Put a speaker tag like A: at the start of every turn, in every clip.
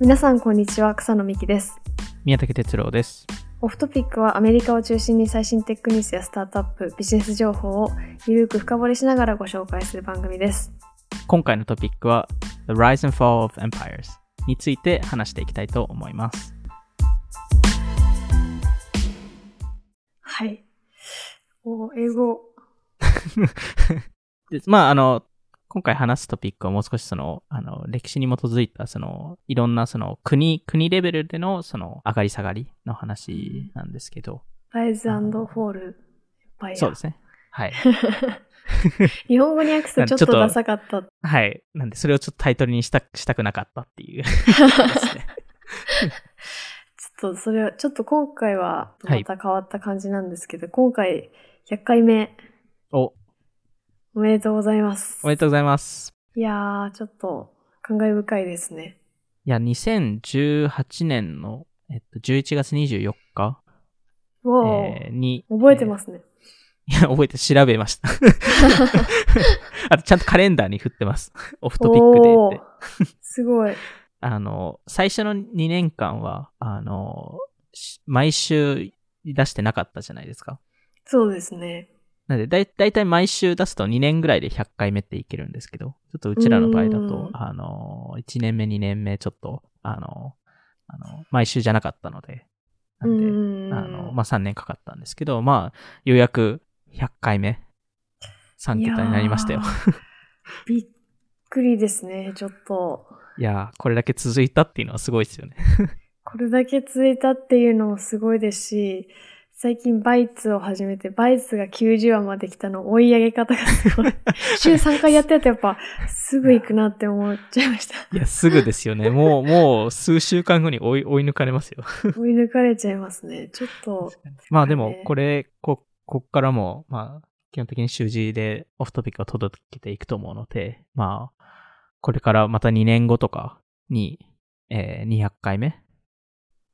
A: 皆さんこんにちは草野美希です
B: 宮武哲郎です。
A: オフトピックはアメリカを中心に最新テックニュースやスタートアップビジネス情報をゆるく深掘りしながらご紹介する番組です
B: 今回のトピックは The Rise and Fall of Empires について話していきたいと思います。
A: はいお英語
B: でまあ、あの、今回話すトピックはもう少しその、あの、歴史に基づいた、その、いろんなその国、国レベルでのその、上がり下がりの話なんですけど、
A: ライズフォールバイア
B: そうですね。はい。
A: 日本語に訳すとちょっと
B: ちょっと
A: ダサかった
B: はい。なんで、それをちょっとタイトルにした、したくなかったって いうですね。
A: ちょっとそれは、ちょっと今回は
B: は
A: ま
B: い
A: た変わった感じなんですけど、今回100回目
B: お、
A: おめでとうございます。
B: おめでとうございます。
A: いやー、ちょっと感慨深いですね。
B: いや、2018年の、えっと、11月24日、
A: うおー、
B: えーに、。
A: 覚えてますすね。
B: いや、覚えて、調べ ました。あと、ちゃんとカレンダーに振ってます。オフトピックで
A: お
B: って
A: ー。すごい。
B: あの、最初の2年間は、あの、し毎週出してなかったじゃないですか。
A: そうですね。
B: なのでだい、だいたい毎週出すと2年ぐらいで100回目っていけるんですけど、ちょっとうちらの場合だ
A: う
B: と
A: ん、
B: あの、1年目、2年目、ちょっと、あの、あの毎週じゃなかったので、な
A: うー
B: ん
A: ん。
B: で、あの、まあ、3年かかったんですけど、まあ、ようやく100回目、3桁になりましたよ
A: い。やー。びっくりですね、ちょっと。
B: いやー、これだけ続いたっていうのはすごいですよね。
A: これだけ続いたっていうのもすごいですし、最近バイツを始めて、バイツが90話まで来たの追い上げ方がす ごい。週3回やってるとやっぱすぐ行くなって思っちゃいました。
B: いや、すぐですよね。 もう、もう、数週間後に追い、追い抜かれますよ。
A: 追い抜かれちゃいますね。ちょっと、
B: まあでも、これ、こ、こっからも、まあ、基本的に習字でオフトピックを届けていくと思うので、まあ、これからまた2年後とかに、えー200回目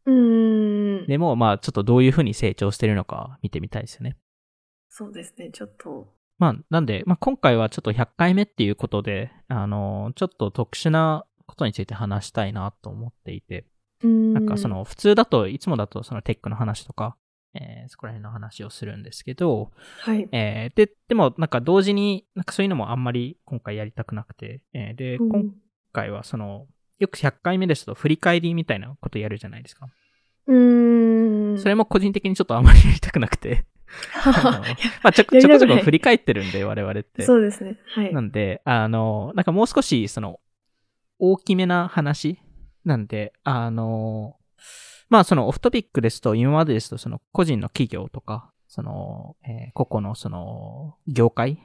A: うーん。
B: でも、まあ、ちょっとどういうふうに成長してるのか見てみたいですよね。
A: そうですね、ちょっと。
B: まあ、なんで、まあ、今回はちょっと100回目っていうことで、あの、ちょっと特殊なことについて話したいなと思っていて、
A: うーん。
B: なんかそ、の、普通だと、いつもだとそのテックの話とか、えーそこら辺の話をするんですけど、
A: はい。
B: えーで、でもなんか同時に、なんかそういうのもあんまり今回やりたくなくて、えーで、
A: うん
B: 今回はその、よく100回目ですと振り返りみたいなことやるじゃないですか。
A: うーん。
B: それも個人的にちょっとあんまりやりたくなくて、あのまあちょこちょこちょこ振り返ってるんで、我々っ て。
A: そうですね、はい。
B: なんで、あの、なんかもう少し、その、大きめな話なんで、あの、まあそのオフトピックですと、今までですと、その個人の企業とか、その、えー個々のその、業界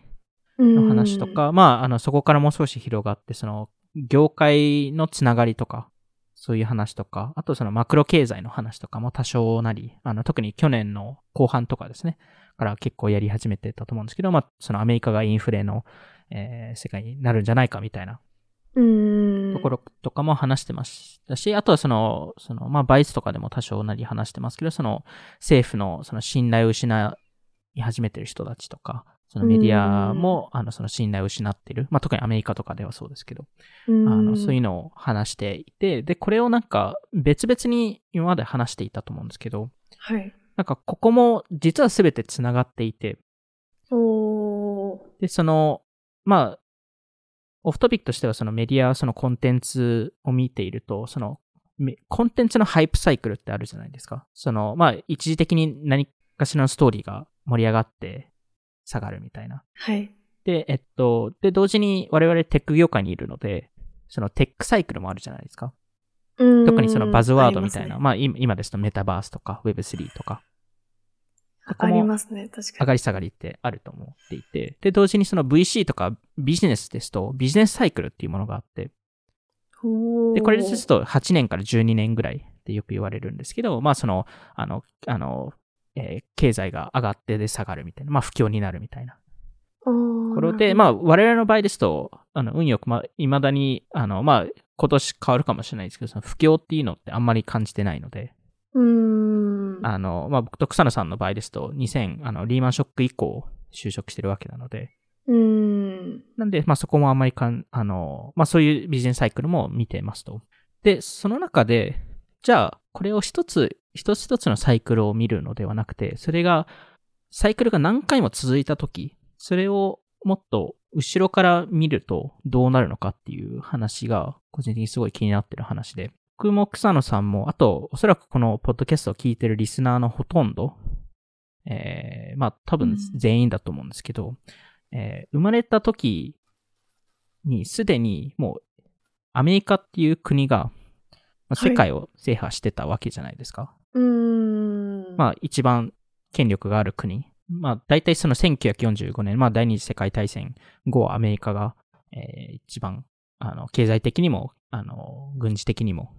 B: の
A: の
B: 話と。か、まあ、あの、そこからもう少し広がって、その、業界のつながりとか、そういう話とか、あとそのマクロ経済の話とかも多少なり、あの、特に去年の後半とかですね、から結構やり始めてたと思うんですけど、まあ、そのアメリカがインフレの、えー世界になるんじゃないかみたいな
A: うーん。
B: ところとかも話してましたし、あとはその、その、まあ、バイスとかでも多少なり話してますけど、その、政府のその信頼を失い始めてる人たちとか、そのメディアも、あの、その信頼を失ってる。まあ、特にアメリカとかではそうですけど、
A: うー
B: あ
A: ん、
B: の、そういうのを話していて、で、これをなんか別々に今まで話していたと思うんですけど、
A: はい。
B: なんかここも実は全て繋がっていて、
A: おー。
B: で、その、まあ、オフトピックとしては、そのメディア、そのコンテンツを見ていると、その、めコンテンツのハイプサイクルってあるじゃないですか。その、まあ、一時的に何かしらのストーリーが盛り上がって下がるみたいな。
A: はい。
B: で、えっと、で、同時に我々テック業界にいるので、そのテックサイクルもあるじゃないですか。特
A: 特
B: にそのバズワードみたいな。まあ、今今ですとメタバースとか Web3 とか。こ
A: あ
B: こも
A: りますね、確か
B: 上
A: に。
B: がり下がりってあると思っていて、で、同時にその VC とかビジネスですと、ビジネスサイクルっていうものがあって、
A: ほー
B: で、これですと8年から12年ぐらいってよく言われるんですけど、まあその、あの、あの、えー経済が上がってで下がるみたいな、まあ不況になるみたいな
A: あー
B: ところ
A: な
B: で、
A: る
B: まあ我々の場合ですと、あの、運よく、まあ、未だに、あの、まあ今年変わるかもしれないですけど、その不況っていうのってあんまり感じてないので、
A: ほどうーん。
B: あの、まあ僕と草野さんの場合ですと、2000、あの、リーマンショック以降就職してるわけなので、
A: うーん。
B: なんで、まあそこもあんまりかん、あの、まあそういうビジネスサイクルも見てますと。で、その中で、じゃあ、これを一つ、一つ一つのサイクルを見るのではなくて、それが、サイクルが何回も続いたとき、それをもっと後ろから見るとどうなるのかっていう話が、個人的にすごい気になってる話で、僕も草野さんも、あと、おそらくこのポッドキャストを聞いてるリスナーのほとんど、えー、まあ多
A: う
B: 分
A: ん
B: 全員だと思うんですけど、えー生まれた時にすでにもうアメリカっていう国が、まあ
A: はい
B: 世界を制覇してたわけじゃないですか。
A: うーん。
B: まあ一番権力がある国。まあ大体その1945年、まあ第二次世界大戦後はアメリカが、えー一番あの経済的にもあの軍事的にも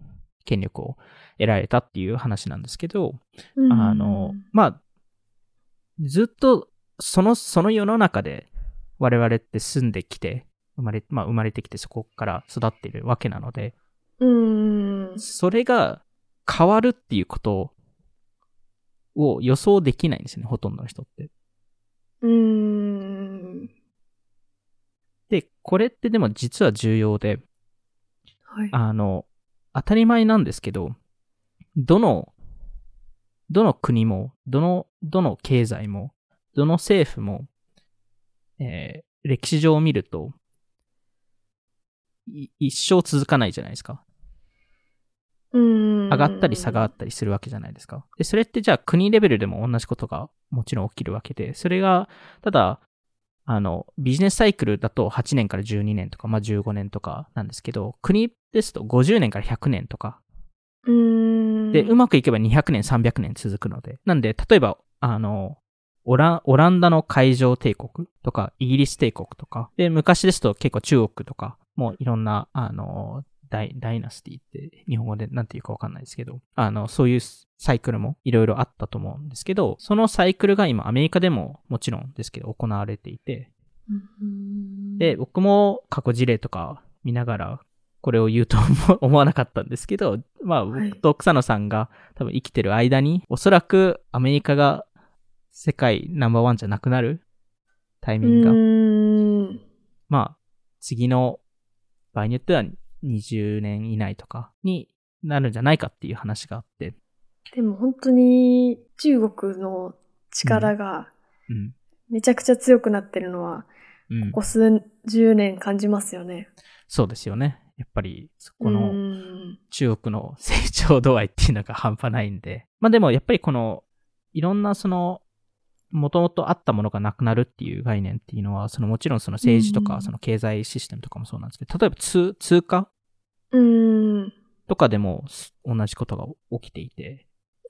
B: 権力を得られたっていう話なんですけど、
A: うん
B: あの、まあ、ずっと、その、その世の中で、我々って住んできて、生まれ、まあ、生まれてきて、そこから育っているわけなので、
A: うーん。
B: それが変わるっていうことを予想できないんですよね、ほとんどの人って。
A: うーん。
B: で、これってでも実は重要で、
A: はい。
B: あの、当たり前なんですけど、どの、どの国も、どの、どの経済も、どの政府も、えー歴史上を見ると、い一生続かないじゃないですか。
A: うーん。
B: 上がったり下がったりするわけじゃないですか。で、それってじゃあ国レベルでも同じことがもちろん起きるわけで、それが、ただ、あの、ビジネスサイクルだと8年から12年とか、まあ15年とかなんですけど、国ですと50年から100年とか、
A: うーん。
B: で、うまくいけば200年、300年続くので。なんで、例えば、あの、オラオランダの海上帝国とか、イギリス帝国とか、で、昔ですと結構中国とか、もういろんな、あの、ダイダイナスティって日本語でなんていうかわかんないですけど、あの、そういうサイクルもいろいろあったと思うんですけど、そのサイクルが今アメリカでももちろんですけど行われていて、
A: うん。
B: で、僕も過去事例とか見ながら、これを言うと 思思わなかったんですけど、まあ、
A: はい
B: 僕と草野さんが多分生きてる間に、おそらくアメリカが世界ナンバーワンじゃなくなるタ
A: う
B: イミングが、
A: ーん。
B: まあ、次の場合によっては20年以内とかになるんじゃないかっていう話があって、
A: でも本当に中国の力が
B: うん。
A: めちゃくちゃ強くなってるのは、
B: うん、
A: ここ数十年感じますよね。
B: そうですよね。やっぱり、そ
A: う
B: この、
A: ーん
B: 中国の成長度合いっていうのが半端ないんで。まあでもやっぱりこの、いろんなその、もともとあったものがなくなるっていう概念っていうのは、そのもちろんその政治と
A: う
B: か、
A: ん
B: その経済システムとかもそうなんですけど、例えば通通貨
A: うーん。
B: とかでもす同じことが起きていて、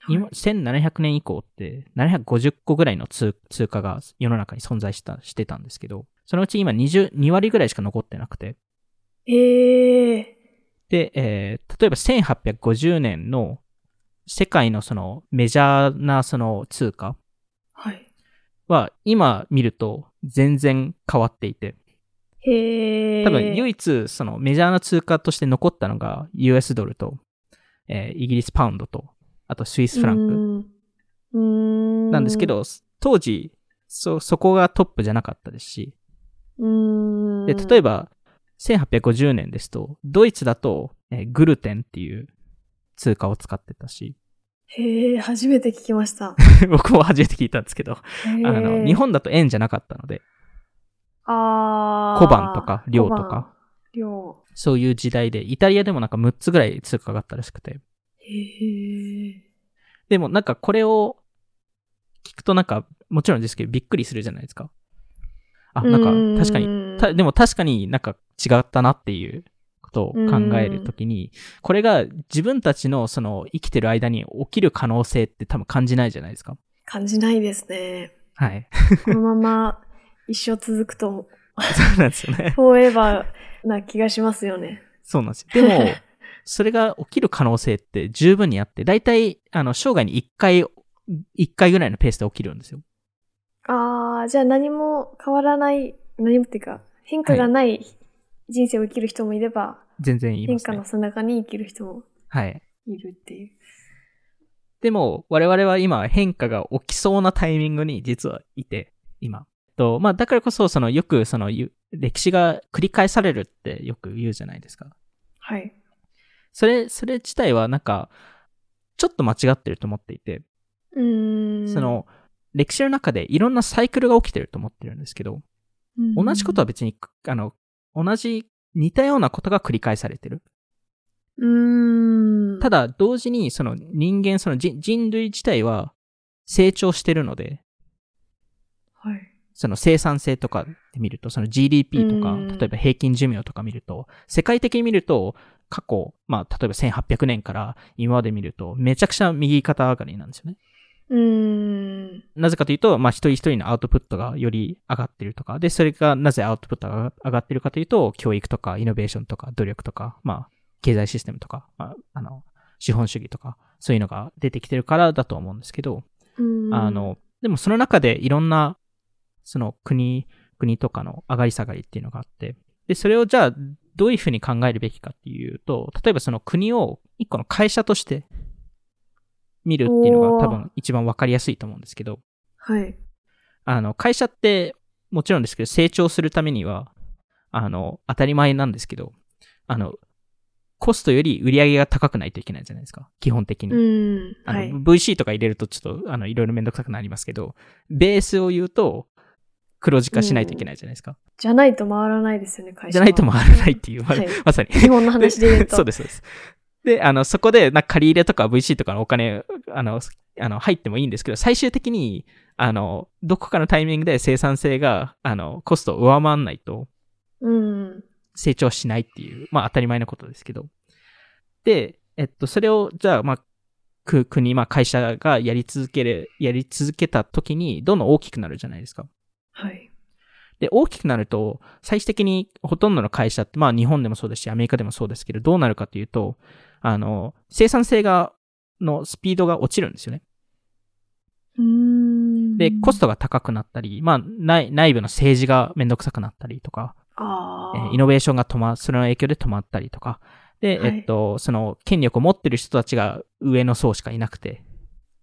B: 今、1700年以降って、750個ぐらいの通通貨が世の中に存在したしてたんですけど、そのうち今20、2割ぐらいしか残ってなくて、
A: ええ
B: で、えー例えば1850年の世界のそのメジャーなその通貨
A: はい。
B: は今見ると全然変わっていて、
A: へえ。
B: 多分唯一そのメジャーな通貨として残ったのが US ドルと、えーイギリスパウンドと、あとスイスフラン
A: ク。うーん。
B: クなんですけ、ど、当時そ、そこがトップじゃなかったですし、
A: うーん。
B: で、例え
A: ば、
B: ば、1850年ですと、ドイツだと、えーグルテンっていう通貨を使ってたし、
A: へえ、初めて聞きました。
B: 僕も初めて聞いたんですけど、
A: へー
B: あの、日、本だと円じゃなかったので、
A: あー
B: 小判とか両
A: 小
B: と
A: 判
B: か、
A: 量。
B: そういう時代で、イタリアでもなんか6つぐらい通貨があったらしくて。
A: へえ。
B: でもなんかこれを聞くとなんか、もちろんですけど、びっくりするじゃないですか。あ、なんか確かに、
A: に
B: たでも確かになんか違ったなっていうことを考えるときに、これが自分たちのその生きてる間に起きる可能性って多分感じないじゃないですか。
A: 感じないですね。
B: はい。
A: このまま一生続くと、
B: そうなんですよね。
A: フォーエバーな気がしますよね。
B: そうなんですよ。でも、 それが起きる可能性って十分にあって、大体、あの、生涯に1回、1回ぐらいのペースで起きるんですよ。
A: ああ、じゃあ何も変わらない、何もっていうか、変化がない人生を生きる人もいれば、
B: 全然言いま
A: 変
B: す
A: 化
B: ね
A: の。さなかに生きる人も
B: はい。
A: いるっていう。
B: でも、我々は今、変化が起きそうなタイミングに実はいて、今。と、まあ、だからこそ、その、よく、その、ゆ歴史が繰り返されるってよく言うじゃないですか。
A: はい。
B: それ、それ自体はなんか、ちょっと間違ってると思っていて、
A: うーん。
B: そ、の、歴史の中でいろんなサイクルが起きてると思ってるんですけど、同じことは
A: は、
B: 別に、あの、同じ、似たようなことが繰り返されてる。
A: うーん。
B: た
A: だ、
B: だ、同時に、その人間、その人人類自体は成長してるので、
A: はい。
B: その生産性とかで見ると、その GDP とか
A: うん、
B: 例えば平均寿命とか見ると、世界的に見ると、過去、まあ、例えば1800年から今まで見ると、めちゃくちゃ右肩上がりなんですよね。
A: うーん。
B: なぜかというと、まあ、一人一人のアウトプットがより上がってるとか、で、それがなぜアウトプットが上がってるかというと、教育とか、イノベーションとか、努力とか、まあ、経済システムとか、まあ、あの、資本主義とか、そういうのが出てきてるからだと思うんですけど、
A: うーん
B: あ、の、でもその中でいろんな、その国、国とかの上がり下がりっていうのがあって、で、それをじゃあ、どういうふうに考えるべきかっていうと、例えばその国を一個の会社として見るっていうの
A: おー
B: が多分一番わかりやすいと思うんですけど、
A: はい。
B: あの、会社ってもちろんですけど、成長するためには、あの、当たり前なんですけど、あの、コストより売り上げが高くないといけないじゃないですか、基本的に。
A: うん。
B: あの
A: はい。
B: VC とか入れるとちょっとあのいろいろめんどくさくなりますけど、ベースを言うと黒字化しないといけないじゃないですか。
A: じゃないと回らないですよね、会社は。
B: じゃないと回らないっていう、ま
A: はい
B: まさに。
A: 基本の話で言うと。
B: そうです、そう です。で、あの、そこで、なんか借り入れとか VC とかのお金、あの、あの入ってもいいんですけど、最終的に、あの、どこかのタイミングで生産性が、あの、コストを上回らないと、
A: うん。
B: 成長しないっていう、まあ当たり前のことですけど。で、えっと、それを、じゃあ、まあ、く国、まあ会社がやり続ける、やり続けた時に、どんどん大きくなるじゃないですか。
A: はい。
B: で、大きくなると、最終的にほとんどの会社って、まあ日本でもそうですし、アメリカでもそうですけど、どうなるかというと、あの、生産性が、のスピードが落ちるんですよね。
A: うーん。
B: で、コストが高くなったり、まあ内内部の政治がめんどくさくなったりとか、
A: あ
B: え
A: あ。
B: ーイノベーションが止ま、それの影響で止まったりとか、で、
A: はい
B: えっと、その権力を持ってる人たちが上の層しかいなくて、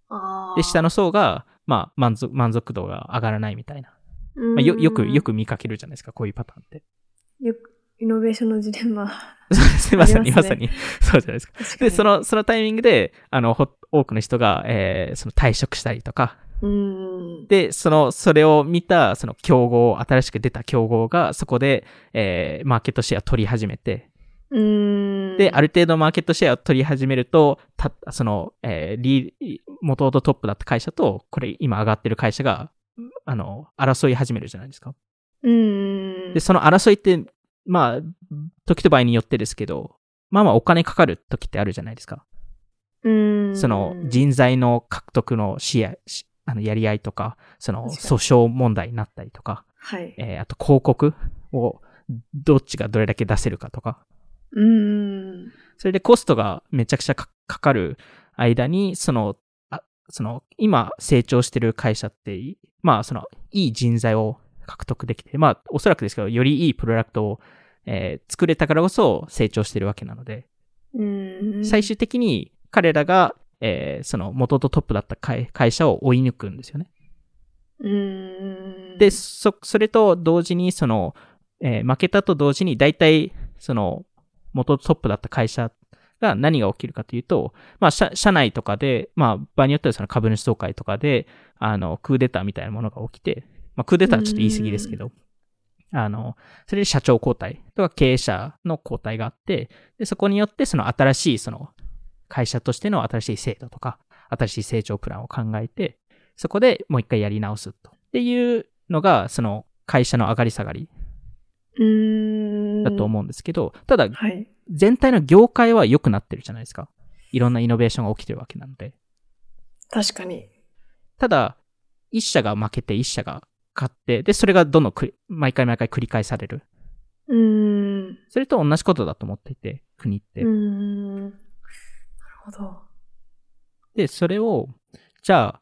A: あー
B: で、下の層が、まあ、満足、満足度が上がらないみたいな。
A: うん
B: まあ、よ、よく、よ。く見かけるじゃないですか、こういうパターンって。
A: よくイノベーションのジレンマ。
B: そうですね、まさに、
A: ありま
B: ますさ
A: ね
B: に。そうじゃないですか。
A: 確かに
B: で、そ、の、そのタイミングで、あの、ほ多くの人が、えーその退職したりとか、
A: うん。
B: で、その、それを見た、その競合、新しく出た競合が、そこで、えーマーケットシェア取り始めて、
A: うん。
B: で、ある程度マーケットシェアを取り始めると、た、その、えーリー、元々トップだった会社と、これ今上がってる会社が、あの、争い始めるじゃないですか。
A: うん。
B: で、その争いって、まあ、時と場合によってですけど、まあまあお金かかる時ってあるじゃないですか。
A: うん。
B: その人材の獲得の試合、しあの、やり合いとか、その訴訟問題になったりとか、
A: はい。
B: えーあと広告をどっちがどれだけ出せるかとか、
A: うん。
B: それでコストがめちゃくちゃかかかる間に、その、あその、今成長してる会社ってい、まあ、その、いい人材を獲得できて、まあ、おそらくですけど、よりいいプロダクトを、えー作れたからこそ成長してるわけなので、
A: うん。
B: 最終的に彼らが、えーその、元々トップだった会会社を追い抜くんですよね。
A: うん。
B: で、そ、それと同時に、その、えー負けたと同時に、大体、その、元トップだった会社が何が起きるかというと、まあ、社、社内とかで、まあ、場合によってはその株主総会とかで、あの、クーデターみたいなものが起きて、まあ、クーデターはちょっと言い過ぎですけど、あの、それで社長交代とか経営者の交代があって、で、そこによって、その新しい、その、会社としての新しい制度とか、新しい成長プランを考えて、そこでもう一回やり直すと。っていうのが、その会社の上がり下がり
A: うん。
B: だと思うんですけど、ただ
A: うん。はい。
B: 全体の業界は良くなってるじゃないですか。いろんなイノベーションが起きてるわけなので。
A: 確かに。
B: ただ、一社が負けて一社が勝って、で、それがどんどん繰り毎回毎回繰り返される。
A: うん。
B: それと同じことだと思っていて、国って。
A: うん。なるほど。
B: で、それを、じゃあ、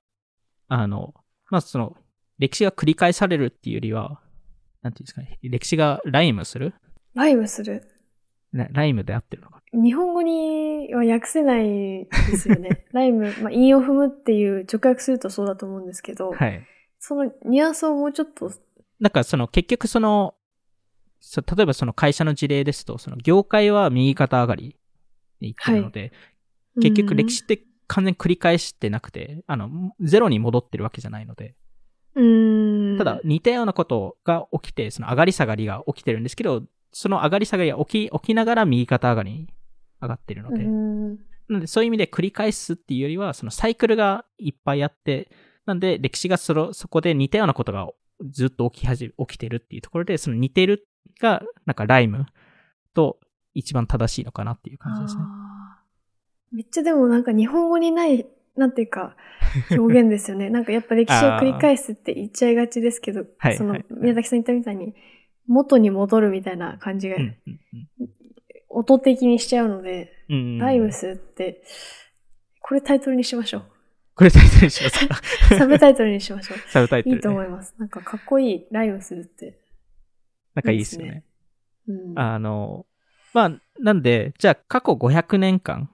B: あの、まあ、その、歴史が繰り返されるっていうよりは、なんていうんですかね、歴史がライムする
A: ライブする。
B: なライムで合ってるのか
A: 日本語には訳せないですよ ね。ライム、まあ、韻を踏むっていう直訳するとそうだと思うんですけど、
B: なはい。
A: そのニュアンスをもうちょっと、
B: なんかその結局その、そ例えばその会社の事例ですと、その業界は右肩上がりに行ってるので、結局歴史って完全に繰り返してなくて、あの、ゼロに戻ってるわけじゃないので、
A: うん、
B: ただ似たようなことが起きて、その上がり下がりが起きてるんですけど、その上がり下がりが起き、起きながら右肩上がりに上がってるの
A: う
B: で、
A: ん、
B: なのでそういう意味で繰り返すっていうよりは、そのサイクルがいっぱいあって、なんで歴史がそのそこで似たようなことがずっと起きはじ起きてるっていうところで、その似てるが、なんかライムと一番正しいのかなっていう感じですね。
A: あーめっちゃでもなんか日本語にない、なんていうか、表現ですよ ね。なんかやっぱ歴史を繰り返すって言っちゃいがちですけど
B: は、い
A: その
B: はい
A: 宮崎さん言ったみたいに、元に戻るみたいな感じが
B: う、んうんうん
A: 音的にしちゃうので、
B: うん
A: ライムスって、これタイトルにしましょう。
B: これタイトルにしま すか
A: サブタイトルにしましょう。
B: サブタイトル、
A: い
B: ね。
A: いと思います。なんかかっこいい、ライムするって。
B: なんかいいですよね。
A: うん、
B: あの、まあ、なんで、じゃあ過去500年間、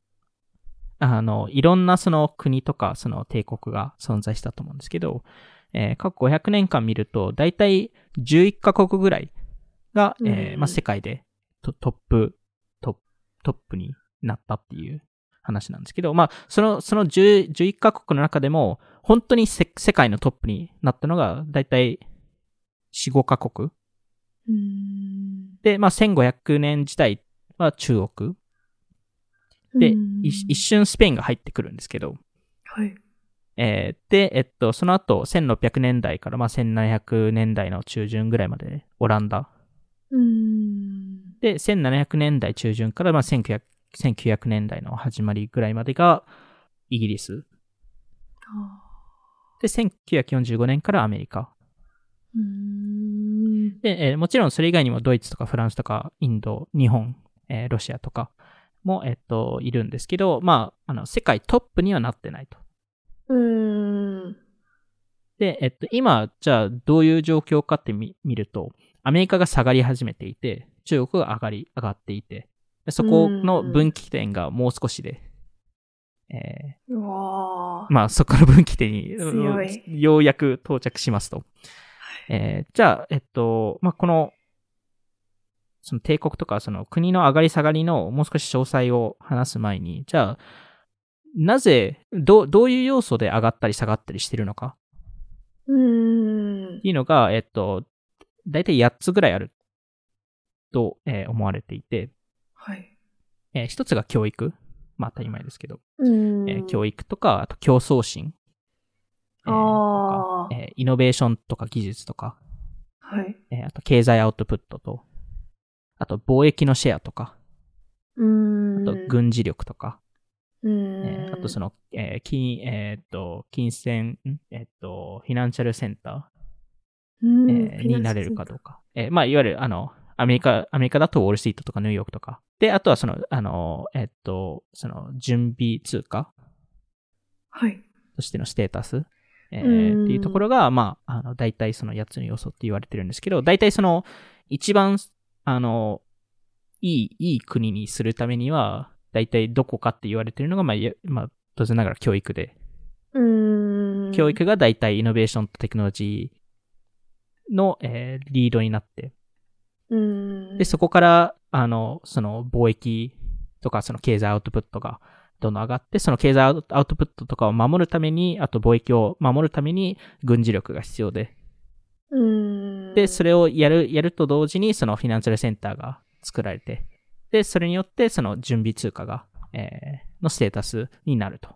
B: あの、いろんなその国とかその帝国が存在したと思うんですけど、えー過去500年間見ると、だいたい11カ国ぐらいが、えー
A: うん
B: まあ、世界でトトップ、トップ、トップになったっていう話なんですけど、まあ、その、その10 11カ国の中でも、本当にせ世界のトップになったのが、だいたい4、5カ国
A: うん
B: で、まあ、1500年時代は中国。で、
A: うん
B: い一瞬スペインが入ってくるんですけど、
A: はい。
B: えーで、えっと、その後、1600年代から、まあ、1700年代の中旬ぐらいまで、オランダ。
A: うん。
B: で、1700年代中旬から、まあ、1900, 1900年代の始まりぐらいまでが、イギリス。
A: あ
B: で、1945年からアメリカ。
A: ーうん。
B: で、えーもちろんそれ以外にもドイツとかフランスとかインド、日本、えーロシアとかも、えっと、いるんですけど、まあ、あの、世界トップにはなってないと。
A: うん。
B: で、えっと、今、じゃあ、どういう状況かってみ見ると、アメリカが下がり始めていて、中国が上がり、上がっていて、でそこの分岐点がもう少しで、え
A: うわ
B: ーまあ、そこの分岐点に、
A: 強い
B: うんようやく到着しますと。えーじゃあ、えっと、まあ、この、その帝国とか、その国の上がり下がりのもう少し詳細を話す前に、じゃあ、なぜ、どう、どういう要素で上がったり下がったりしてるのか
A: ーうん
B: って。いうのが、えっと、だいたい8つぐらいあると、えー思われていて、
A: はい。
B: え1つが教育。まあ当たり前ですけど、
A: うん。
B: えー教育とか、あと競争心。え
A: あ
B: ーとかえーイノベーションとか技術とか、
A: あ。はい。
B: えーあと経済アウトプットと、あと貿易のシェアとか、
A: うん。
B: あと軍事力とか、
A: うん。
B: えーあとその、えー金、えーっと、金銭、んえーっと、フィナンシャルセンター、
A: うん、
B: えーになれるかどうか。えーまあ、いわゆる、あの、アメリカ、アメリカだとウォールストリートとかニューヨークとか。で、あとはその、あの、えっと、その、準備通貨
A: はい。
B: としてのステータス、えー
A: うん
B: っていうところが、まあ、あの、大体その8つの要素って言われてるんですけど、大体その、一番、あの、いい、いい国にするためには、大体どこかって言われてるのが、まあ、いやまあ、当然ながら教育で、
A: うん。
B: 教育が大体イノベーションとテクノロジーの、えーリードになって、
A: うん。
B: で、そこから、あの、その貿易とか、その経済アウトプットがどんどん上がって、その経済アウトプットとかを守るために、あと貿易を守るために軍事力が必要で、
A: うん。
B: で、それをやる、やると同時に、そのフィナンシャルセンターが作られて、で、それによって、その準備通貨が、えーのステータスになると。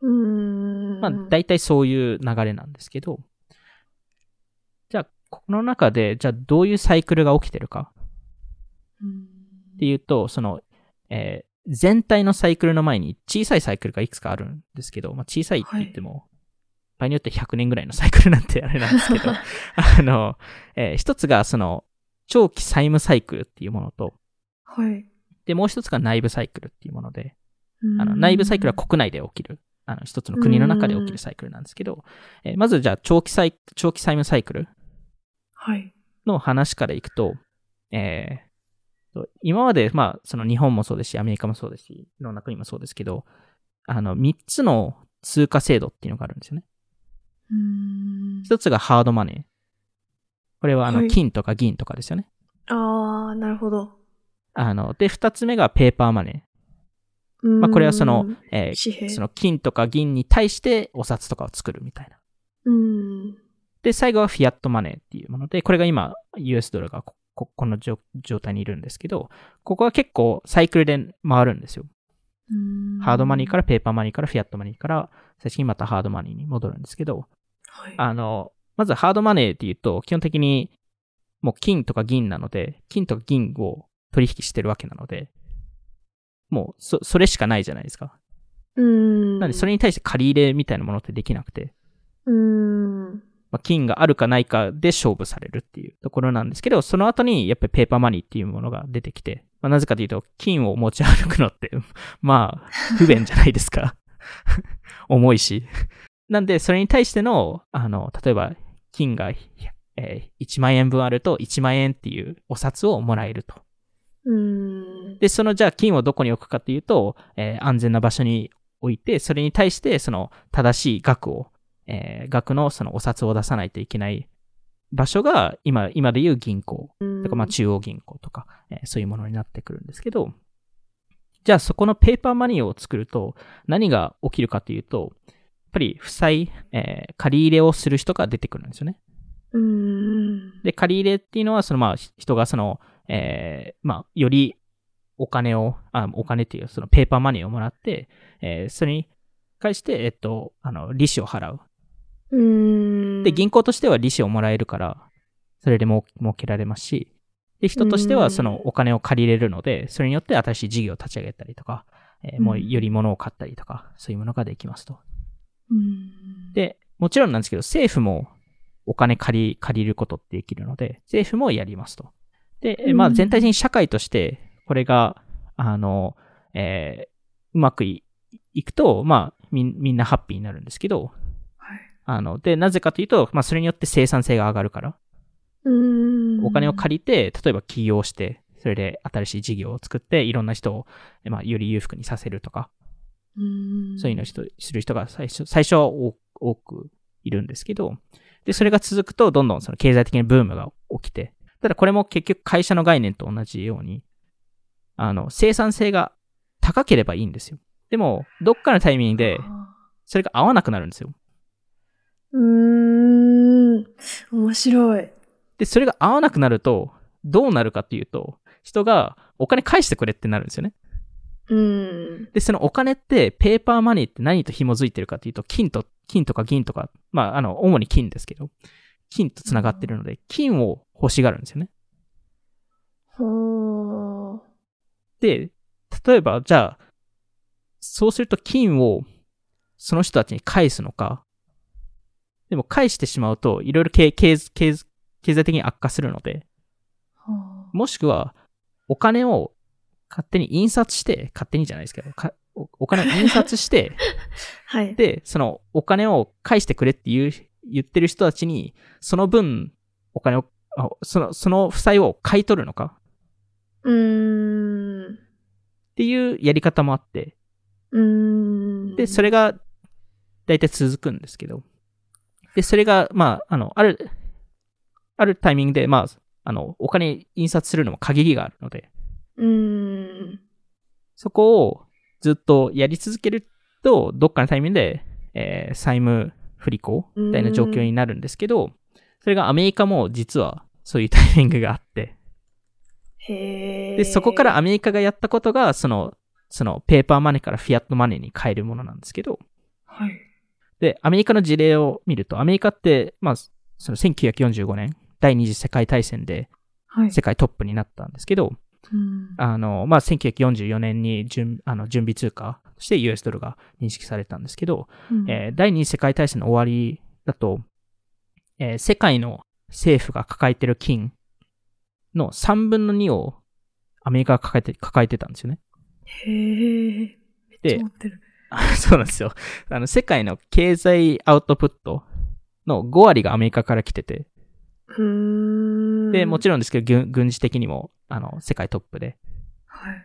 A: うん。
B: まあ、大体そういう流れなんですけど、じゃあ、この中で、じゃあどういうサイクルが起きてるか
A: うん
B: っていうと、その、えー全体のサイクルの前に小さいサイクルがいくつかあるんですけど、まあ、小さいって言っても、場合によって100年ぐらいのサイクルなんてあれなんですけど、あの、えー一つがその、長期債務サイクルっていうものと、
A: はい。
B: で、もう一つが内部サイクルっていうもので、あ
A: う
B: の
A: ん
B: 内部サイクルは国内で起きる、あの一つの国の中で起きるサイクルなんですけど、えーまずじゃあ長期債、長期債務サイクル
A: はい。
B: の話からいくと、えーと今まで、まあ、その日本もそうですし、アメリカもそうですし、いろんな国もそうですけど、あの、3つの通貨制度っていうのがあるんですよね。
A: うん。
B: 1つがハードマネー。これは、あ
A: は
B: の、
A: い
B: 金とか銀とかですよね。
A: ああ、なるほど。
B: あの、で、2つ目がペーパーマネー。ま
A: ま
B: あ、これはその、えー
A: 紙幣。
B: その金とか銀に対してお札とかを作るみたいな。
A: うん。
B: で、最後はフィアットマネーっていうもので、これが今、US ドルがこここの状状態にいるんですけど、ここは結構サイクルで回るんですよ。
A: うん
B: ハードマニーからペーパーマニーからフィアットマニーから、最終的にまたハードマニーに戻るんですけど、
A: はい。
B: あの、まずハードマネーっていうと、基本的にもう金とか銀なので、金とか銀を取引してるわけなので、もうそそれしかないじゃないですか。
A: うん。
B: なんで、それに対して借り入れみたいなものってできなくて、
A: うん。
B: まあ、金があるかないかで勝負されるっていうところなんですけど、その後にやっぱりペーパーマニーっていうものが出てきて、まあ、なぜかというと、金を持ち歩くのって、 まあ、不便じゃないですか。 重いし。なんで、それに対しての、あの、例えば、金が、えー1万円分あると、1万円っていうお札をもらえると。
A: うん。
B: で、そのじゃあ金をどこに置くかっていうと、えー安全な場所に置いて、それに対してその正しい額を、えー額のそのお札を出さないといけない場所が今、今でいう銀行とか、まあ中央銀行とか、えーそういうものになってくるんですけど、じゃあそこのペーパーマニーを作ると何が起きるかというと、やっぱり負債、えー借り入れをする人が出てくるんですよね。
A: うん。
B: で、借り入れっていうのは、そのまあ、ひ人がその、えーまあ、よりお金を、あお金っていう、そのペーパーマネーをもらって、えーそれに対して、えっと、あの、利子を払う。
A: うん。
B: で、銀行としては利子をもらえるから、それでも儲けられますし、で、人として
A: う
B: は
A: ん
B: そのお金を借りれるので、それによって新しい事業を立ち上げたりとか、えーもうより物を買ったりとか、そういうものができますと。
A: うん。
B: で、もちろんなんですけど、政府もお金借り、借りることってできるので、政府もやりますと。で、えまあ
A: うん
B: 全体的に社会として、これが、あの、えーうまくいいくと、まあみん、みんなハッピーになるんですけど、
A: はい
B: あの、で、なぜかというと、まあそれによって生産性が上がるから、
A: うん。
B: お金を借りて、例えば起業して、それで新しい事業を作って、いろんな人を、えまあ、より裕福にさせるとか、
A: り、うん。
B: そういうのをしとする人が最初、最初は多多くいるんですけど、で、それが続くと、どんどんその経済的なブームが起きて、ただこれも結局会社の概念と同じように、あの、生産性が高ければいいんですよ。でも、どっかのタイミングで、
A: あ
B: それが合わなくなるんですよ。
A: ーうん。面白い。
B: で、それが合わなくなると、どうなるかっていうと、人がお金返してくれってなるんですよね。
A: うん。
B: で、そのお金って、ペーパーマニーって何と紐づいてるかっていうと、金と、金とか銀とか、まあ、あの、主に金ですけど、金と繋がってるので、金を欲しがるんですよね。
A: ほー。
B: で、例えば、じゃあ、そうすると金を、その人たちに返すのか、でも返してしまうと、いろいろ経経経経済的に悪化するので、
A: ほ
B: もしくは、お金を勝手に印刷して、勝手にじゃないですけど、かおお金を印刷して、
A: ーはい。
B: で、そのお金を返してくれっていう、言ってる人たちに、その分、お金を、あその、その負債を買い取るのか
A: うーん。
B: っていうやり方もあって、
A: うーん。
B: で、それが、大体続くんですけど、で、それが、まあ、あの、ある、あるタイミングで、まあ、あの、お金印刷するのも限りがあるので、
A: うーん。
B: そこをずっとやり続けると、どっかのタイミングで、えー債務不履行みたいな状況になるんですけど、それがアメリカも実はそういうタイミングがあって、
A: へー。
B: で、そこからアメリカがやったことが、その、そのペーパーマネーからフィアットマネーに変えるものなんですけど、
A: はい。
B: で、アメリカの事例を見ると、アメリカって、まあ、その1945年、第二次世界大戦で
A: はい。
B: 世界トップになったんですけど、
A: うん
B: あの、まあ、1944年に準あの準備通貨として US ドルが認識されたんですけど、
A: うん
B: えー第二次世界大戦の終わりだと、えー世界の政府が抱えてる金の3分の2をアメリカが抱えて抱えてたんですよね。
A: へー。めっち
B: で
A: ゃ持ってる。
B: あそうなんですよ。あの、世界の経済アウトプットの5割がアメリカから来てて、
A: うーん。
B: で、もち
A: ろん。
B: ろんですけど、軍軍事的にも、あの、世界トップで。
A: はい。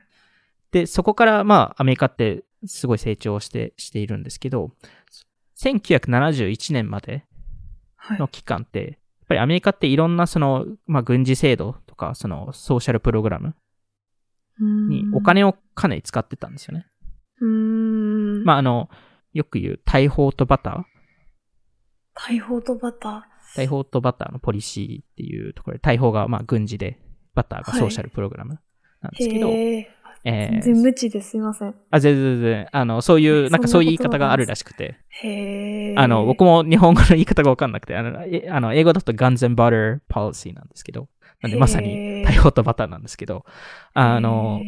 B: で、そこから、まあ、アメリカってすごい成長して、しているんですけど、1971年まで
A: はい。
B: の期間って、やっぱりアメリカっていろんなその、まあ、軍事制度とか、そのソーシャルプログラムにお金
A: を。
B: をかなり使ってたんですよね。
A: うーん。
B: まあ、あの、よく言う、大砲とバター。
A: 大砲とバタ
B: 大砲とバターのポリシーっていうところで、大砲がまあ軍事で、バターがソーシャルプログラムなん
A: ー。
B: ですけど、
A: へえ。
B: えー
A: 全然無知ですいません。
B: あ、全然全然、あの、そういう、なんか
A: そ
B: そ
A: ん
B: う
A: な
B: いう
A: こ
B: 言い
A: とが
B: 方があるらしくて、
A: へえ。
B: あの、僕も日本語の言い方がわかんなくて、あの、えあの英語だと Guns and Butter Policy なんですけど、なんでまさに
A: に
B: 大砲とバターなんですけど、あの、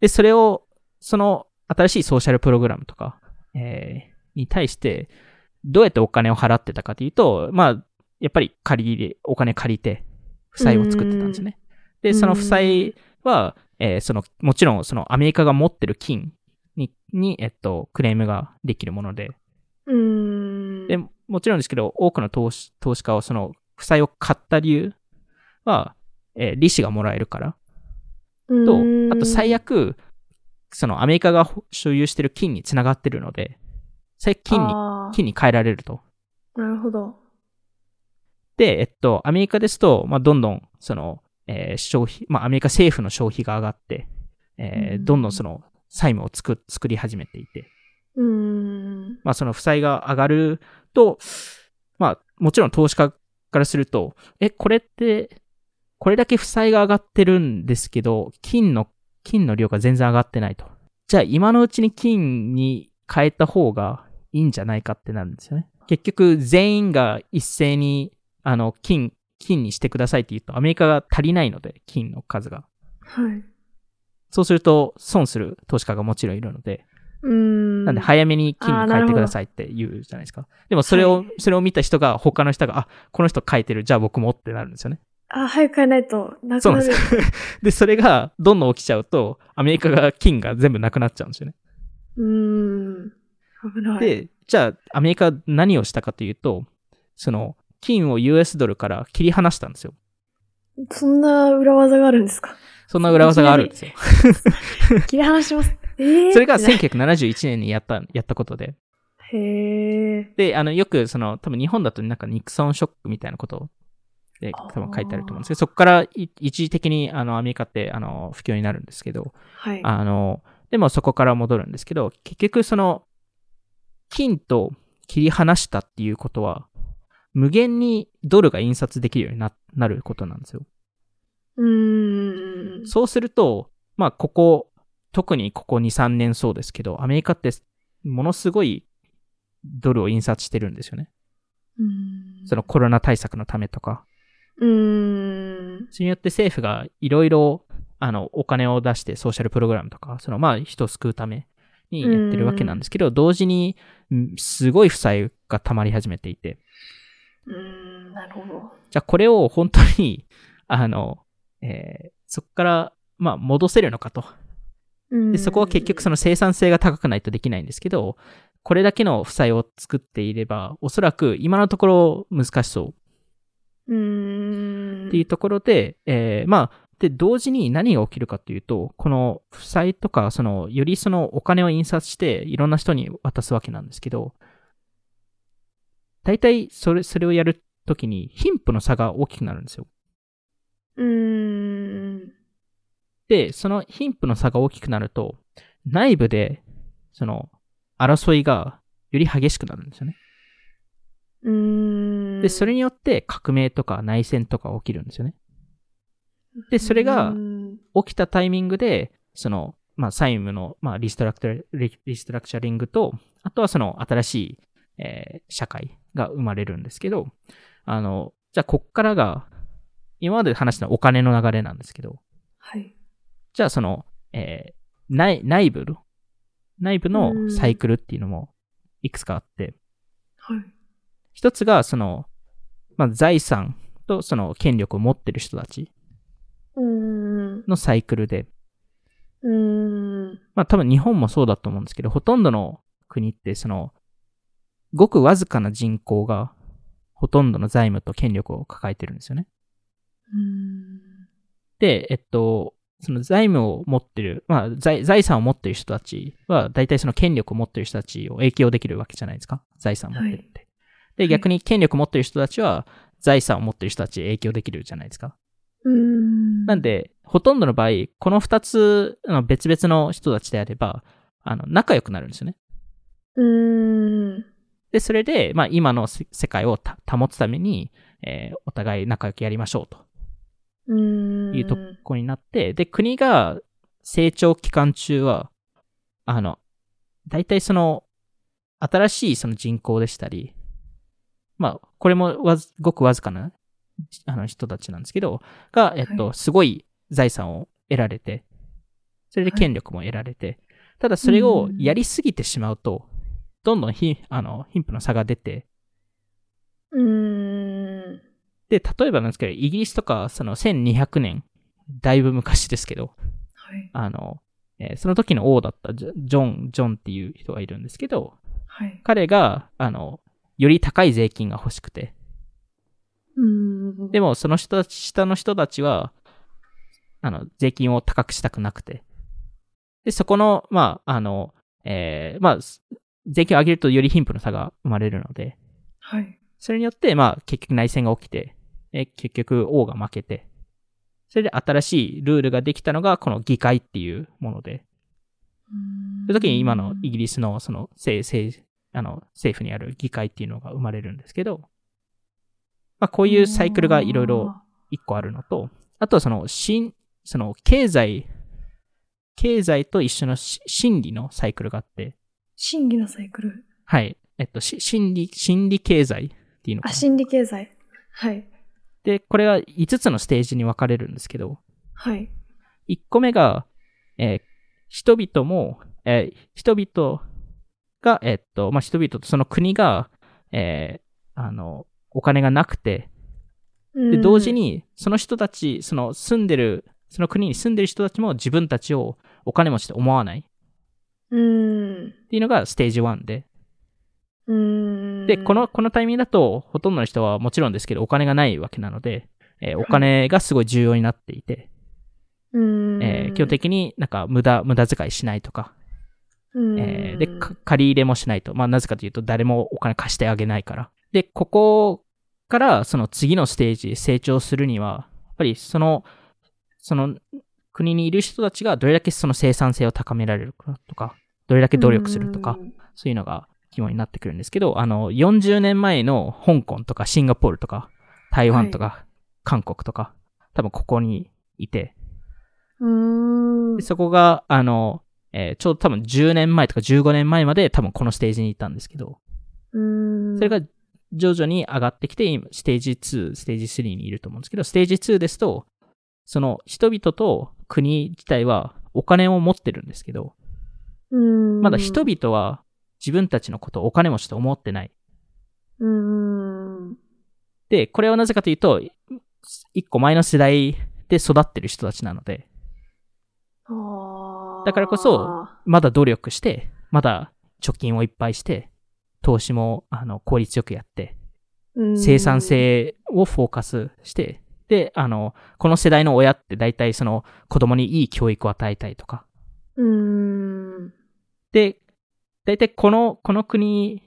B: で、それを、その新しいソーシャルプログラムとか、えーに対して、どうやってお金を払ってたかというと、まあ、やっぱり借り入れ、お金借りて、負債を作ってたんですね。で、その負債は、えーその、もちろん、そのアメリカが持ってる金に、に、えっと、クレームができるもので、
A: うーん。
B: で、もちろんですけど、多くの投資投資家はその負債を買った理由は、えー利子がもらえるからと
A: うー、ん
B: あと最悪、そのアメリカが所有してる金につながってるので、それ金に、
A: あー
B: 金に変えられると。
A: なるほど。
B: で、えっと、アメリカですと、まあ、どんどん、その、えー消費、まあ、アメリカ政府の消費が上がって、えー
A: うん
B: どんどんその債務を作作り始めていて、
A: うーん。
B: まあ、その負債が上がると、まあ、もちろん投資家からすると、え、これって、これだけ負債が上がってるんですけど、金の、金の量が全然上がってないと。じゃあ、今のうちに金に変えた方がいいんじゃないかってなるんですよね。結局、全員が一斉に、あの、金、金にしてくださいって言うと、アメリカが足りないので、金の数が。
A: はい。
B: そうすると、損する投資家がもちろんいるので、
A: うーん。
B: なんで早めに金に変えてくださいって言うじゃないですか。でもそれを、
A: はい
B: それを見た人が、他の人が、あ、この人変えてる、じゃあ僕もってなるんですよね。
A: あ、早く変えないと、なく
B: そう
A: な
B: なん
A: る
B: で。すよ。 で、それがどんどん起きちゃうと、アメリカが金が全部なくなっちゃうんですよね。
A: うーん。危ない。
B: で、じゃあアメリカは何をしたかというと、その、金を US ドルから切り離したんですよ。
A: そんな裏技があるんですか
B: そんな裏技があるんですよ。
A: 切り離します。えー、
B: それが
A: ってな
B: 1971年にやった、やったことで。
A: へえ。
B: で、あの、よく、その、多分日本だとなんかニクソンショックみたいなことで、多分書いてあると思うんですけど、そこからい一時的に、あの、アメリカって、あの、不況になるんですけど、
A: はい。
B: あの、でもそこから戻るんですけど、結局その、金と切り離したっていうことは、無限にドルが印刷できるようにななることなんですよ。
A: うーん。
B: そうすると、まあ、ここ、特にここ2、3年そうですけど、アメリカってものすごいドルを印刷してるんですよね。
A: うーん。
B: そのコロナ対策のためとか。
A: うーん。
B: それによって政府がいろいろ、あの、お金を出してソーシャルプログラムとか、その、まあ、人を救うためにやってるわけなんですけど、同時に、うんすごい負債が溜まり始めていて、
A: うーん。なるほど。
B: じゃあこれを本当に、あの、えーそこから、まあ、戻せるのかと。
A: うーん
B: で、そこは結局その生産性が高くないとできないんですけど、これだけの負債を作っていれば、おそらく今のところ難しそう
A: うーん。
B: っていうところで、えーまあ、で、同時に何が起きるかというと、この負債とか、その、よりそのお金を印刷して、いろんな人に渡すわけなんですけど、大体、それ、それをやるときに、貧富の差が大きくなるんですよ。
A: うーん。
B: で、その貧富の差が大きくなると、内部で、その、争いが、より激しくなるんですよね。
A: うーん。
B: で、それによって革命とか内戦とか起きるんですよね。で、それが
A: うー、ん
B: 起きたタイミングで、その、まあ、債務の、まあ、リストラクチャリリストラクチャリングと、あとはその新しい、えー社会が生まれるんですけど、あの、じゃあこっからが、今まで話したお金の流れなんですけど、
A: はい。
B: じゃあその、えー内内部の、内部のサイクルっていうのもいくつかあって、
A: はい。
B: 一つがその、まあ、財産とその権力を持ってる人たち
A: うーん。
B: のサイクルで、
A: うーん。
B: まあ多分日本もそうだと思うんですけど、ほとんどの国ってその、ごくわずかな人口がほとんどの財務と権力を抱えてるんですよね。
A: うーん
B: で、えっと、その財務を持ってる、まあ財財産を持ってる人たちは、大体その権力を持ってる人たちを影響できるわけじゃないですか。財産を持ってるって。で、逆に権力を持ってる人たちは、財産を持ってる人たちに影響できるじゃないですか。
A: うーん。
B: なんで、ほとんどの場合、この二つあの別々の人たちであれば、あの、仲良くなるんですよね。
A: うーん。
B: で、それで、まあ、今のせ世界をた保つために、えーお互い仲良くやりましょうと
A: うーん。
B: いうとこになって、で、国が成長期間中は、あの、大体その、新しいその人口でしたり、まあ、これもわず、ごくわずかな、あの人たちなんですけど、が、えっと、すごい財産を得られて、それで権力も得られて、ただそれをやりすぎてしまうと、どんどんひ、あの、貧富の差が出て、
A: うーん。
B: で、例えばなんですけど、イギリスとか、その1200年、だいぶ昔ですけど、
A: はい。
B: あの、えーその時の王だったジョジョン、ジョンっていう人がいるんですけど、
A: はい。
B: 彼が、あの、より高い税金が欲しくて、
A: うーん。
B: で
A: も、
B: もその人たち、下の人たちは、あの、税金を高くしたくなくて。で、そこの、まあ、あの、えーまあ、す税金を上げるとより貧富の差が生まれるので、
A: はい。
B: それによって、まあ、結局内戦が起きて、え結局王が負けて、それで新しいルールができたのが、この議会っていうもので、その時に今のイギ
A: リ
B: リスのその政政あの政府にある議会っていうのが生まれるんですけど、まあ、こういうサイクルがいろいろ。一個あるのと、あとはその新、その経済、経済と一緒のし心理のサイクルがあって、
A: 審議のサイクル。
B: はい、えっと、し心理、心理経済っていうのか
A: あ、
B: な。
A: 心理経済。はい。
B: で、これは5つのステージに分かれるんですけど、
A: はい。
B: 1個目が、えー人々も、えー人々が、えーっと、まあ、人々とその国が、えーあの、お金がなくて、で、
A: で
B: 同時、に、その人たち、その住んでる、その国に住んでる人たちも自分たちをお金持ちと思わないっ
A: うーん。
B: ていうのがステージ1で。
A: うーん。
B: で、この、、このタイミングだと、ほとんどの人はもちろんですけど、お金がないわけなので、えーお金がすごい重要になっていて、
A: うーん。
B: えー基本的になんか無駄、無駄遣いしないとか、
A: に
B: えーで、か借り入れもしないと。まあ、なぜかというと、誰もお金貸してあげないから。で、ここから、その次のステージ、成長するには、やっぱりその、その国にいる人たちがどれだけその生産性を高められるかとか、どれだけ努力するとか、そういうのが肝になってくるんですけど、あの、40年前の香港とかシンガポールとか、台湾とか、韓国とか、多分ここにいて、
A: うーん。うーん
B: で。そこが、あの、えーちょうど多分10年前とか15年前まで多分このステージにいたんですけど、
A: うーん
B: それが徐々に上がってきて、今、ステージ2、ステージ3にいると思うんですけど、ステージ2ですと、その人々と国自体はお金を持ってるんですけど、
A: うーん、
B: まだ人々は自分たちのことをお金持ちと思ってない。
A: うーん。
B: で、これはなぜかというと、一個前の世代で育ってる人たちなので、
A: あー
B: だからこそ、まだ努力して、まだ貯金をいっぱいして、投資もあの効率よくやって、
A: うん
B: 生産。性をフォーカスして、で、あの、この世代の親って大体その子供にいい教育を与えたいとか。
A: うーん。
B: で、大体この、この国、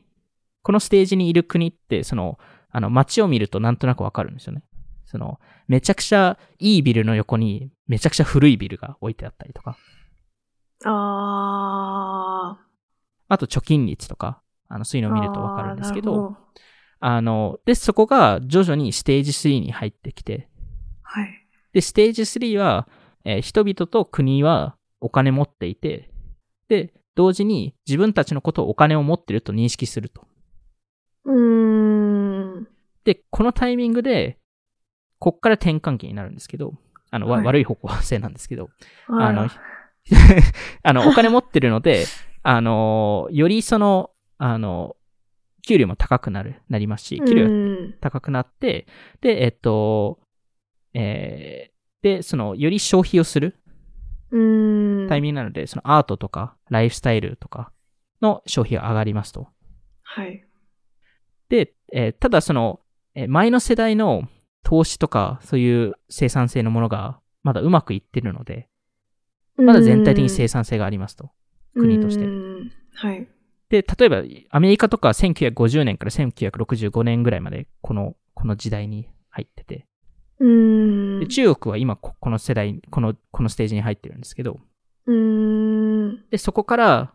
B: このステージにいる国って、その、あの、街を見るとなんとなくわかるんですよね。その、めちゃくちゃいいビルの横に、めちゃくちゃ古いビルが置いてあったりとか、
A: ああ。
B: あと貯金率とか、あの、そういうのを見るとわかるんですけ
A: あーな
B: ど
A: るほ
B: あの、で、そこが徐々にステージ3に入ってきて、
A: はい。
B: で、ステージ3は、えー人々と国はお金持っていて、で、同時に自分たちのことをお金を持ってると認識すると。
A: うーん。
B: で、このタイミングで、こっから転換期になるんですけど、あの、わ
A: はい
B: 悪い方向性なんですけど、あ
A: あ
B: の
A: ら、
B: あの、お金持ってるので、あのー、よりその、あの、給料も高くなる、なりますし、給料
A: う
B: が
A: ん
B: 高くなって、で、えっと、えーで、その、より消費をする
A: うん。
B: タイミングなので、そのアートとか、ライフスタイルとかの消費が上がりますと。
A: はい。
B: で、えーただその、えー前の世代の投資とか、そういう生産性のものが、まだうまくいってるので、まだ全体的に生産性がありますと。国として
A: うんはい。
B: で、例えば、アメリカとか1950年から1965年ぐらいまで、この、この時代に入ってて、
A: うん。
B: で中国は今こ、この世代、この、このステージに入ってるんですけど、
A: うん。
B: で、そこから、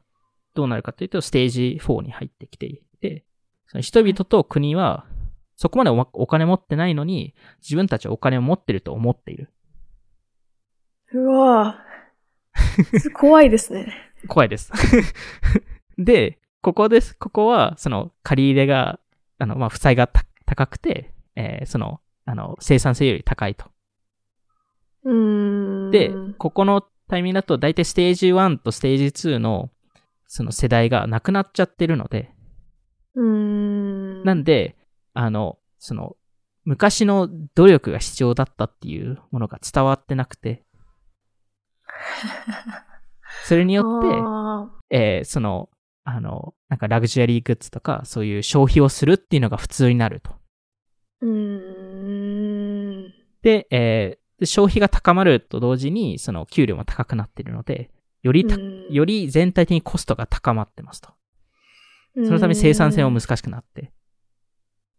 B: どうなるかというと、ステージ4に入ってきていて、その人々と国は、そこまでおお金持ってないのに、自分たちはお金を持ってると思っている。
A: うわ ぁ。怖いですね。
B: 怖いです。 で、ここです。ここは、その、借り入れが、あの、まあ、負債がた高くて、えーその、あの、生産性より高いと。
A: うーん。
B: で、ここのタイミングだと、大体ステージ1とステージ2の、その世代がなくなっちゃってるので、
A: うーん。
B: なんで、あの、その、昔の努力が必要だったっていうものが伝わってなく て、それによって、
A: あ
B: えーその、あの、なんかラグジュアリーグッズとか、そういう消費をするっていうのが普通になると。
A: ーうーん。
B: で、えーで消費が高まると同時に、その給料も高くなってるので、よりた、
A: うん
B: より全体的にコストが高まってますと。そのため生産性も
A: うん
B: 難しくなって、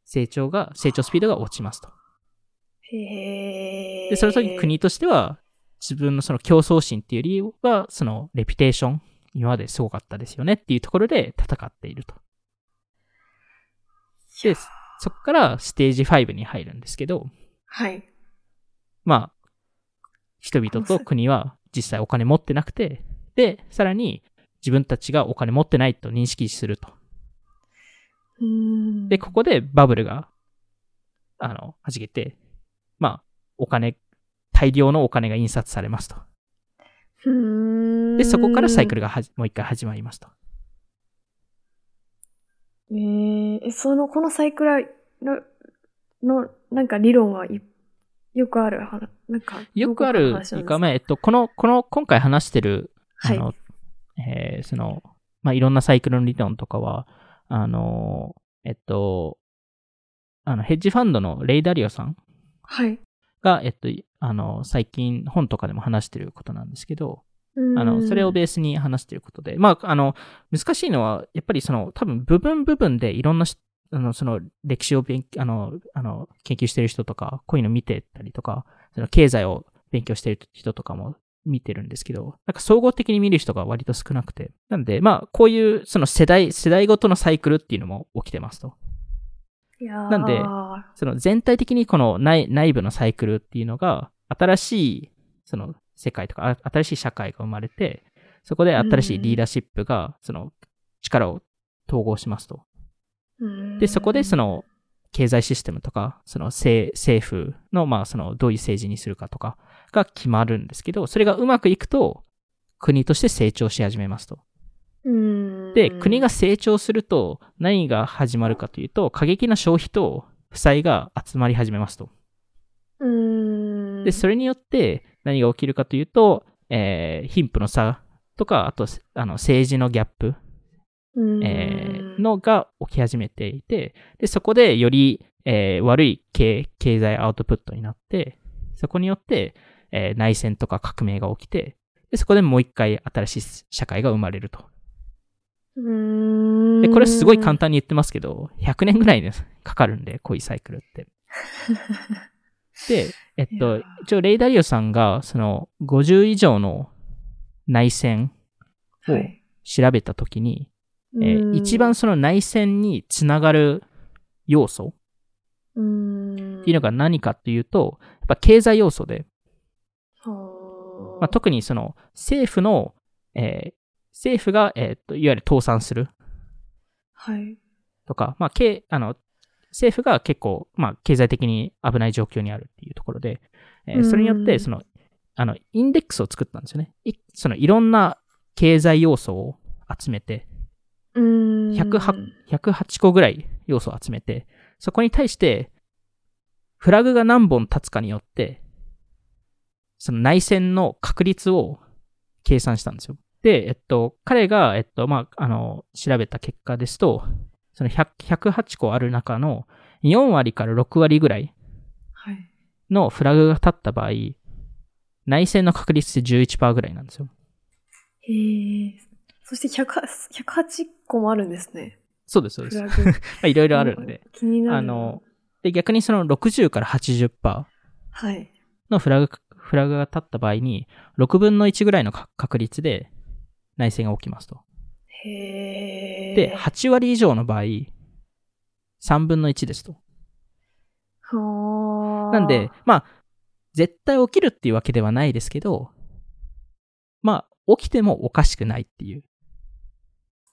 B: 成長が、成長スピードが落ちますと。
A: へ
B: で、その時国としては、自分のその競争心っていう理由は、そのレピュテーション、今まですごかったですよねっていうところで戦っていると。で、そこからステージ5に入るんですけど、
A: はい。
B: まあ、人々と国は実際お金持ってなくて、で、さらに自分たちがお金持ってないと認識すると。
A: うーん
B: で、ここでバブルが、あの、弾けて、まあ、お金、大量のお金が印刷されますと。
A: うーん
B: で、そこからサイクルがはじもう一回始まりますと。
A: えーえその、このサイクラの、の、なんか理論はいよくある話、なんか、
B: よくあ
A: どこかの
B: る
A: 話な
B: い
A: んで
B: う
A: す
B: か、まあ、えっと、この、この、今回話してる、
A: は
B: あ
A: い。
B: の、えーその、まあ、いろんなサイクルの理論とかは、あの、えっと、あの、ヘッジファンドのレイダリオさん
A: はい。
B: が、えっと、いあの、最近本とかでも話してることなんですけど、
A: うーん
B: あの、それをベースに話していることで、まあ、あの、難しいのは、やっぱりその、多分部分部分でいろんなし、あの、その、歴史を勉あの、あの、研究してる人とか、こういうの見てたりとか、その、経済を勉強してる人とかも見てるんですけど、なんか総合的に見る人が割と少なくて、なんで、まあ、こういう、その世代、世代ごとのサイクルっていうのも起きてますと。
A: いや
B: なんで
A: は
B: その全体的にこの内内部のサイクルっていうのが、新しいその世界とか、あ新しい社会が生まれて、そこで新しいリーダーシップが、その力を統合しますと。で、そこでその経済システムとか、その政政府の、まあそのどういう政治にするかとかが決まるんですけど、それがうまくいくと、国として成長し始めますと。
A: の
B: で、国が、成長すると何が始まるかというと、過激な消費と負債が集まり始めますと。
A: うーん
B: で、それによって何が起きるかというと、えー貧富の差とか、あと、あの政治のギャップ、
A: うーん
B: えーのが起き始めていて、で、そこでより、えー悪い経経済アウトプットになって、そこによって、えー内戦とか革命が起きて、でそこでもう一回新しい社会が生まれると。
A: うーん
B: で、これすごい簡単に言ってますけど、100年ぐらいですかかるんで、こういうサイクル って。で、えっ
A: い
B: と
A: や、
B: 一応、レイダリオさんが、その、50以上の内戦を
A: はい
B: 調べたときに、えー
A: うーん
B: 一番その内戦につながる要素
A: うーん
B: っていうのが何かというと、やっぱ経済要素で、
A: はー
B: まあ、特にその、政府の、えー政府が、えーっと、いわゆる倒産する
A: はい。
B: とか、まあ、けあの政府が結構、まあ、経済的に危ない状況にあるっていうところで、えー
A: うん
B: それによってその、あの、インデックスを作ったんですよね。いそのいろんな経済要素を集めて、
A: うーん
B: 108, 108個ぐらい要素を集めて、そこに対して、フラグが何本立つかによって、その内戦の確率を計算したんですよ。で、えっと、彼が、えっと、まあ、あの、調べた結果ですと、その100 108個ある中の4割から6割ぐらい
A: はい。
B: のフラグが立った場合、内戦の確率って11%ぐらいなんですよ。
A: へえ。そして108 108個もあるんですね。
B: そうです、そう
A: フ
B: です。
A: ラ
B: ま
A: グ。い
B: あ いろいろあるんで。。
A: 気になる。
B: あの、、で、逆にその60から80%
A: はい。
B: のフラグ、フラグが立った場合に、6分の1ぐらいの確確率で内戦が起きますと。
A: へへえ。
B: で、8割以上の場合、3分の1ですと。
A: はあ
B: なんで、、まあ、絶対起きるっていうわけではないですけど、まあ、起きてもおかしくないっていう。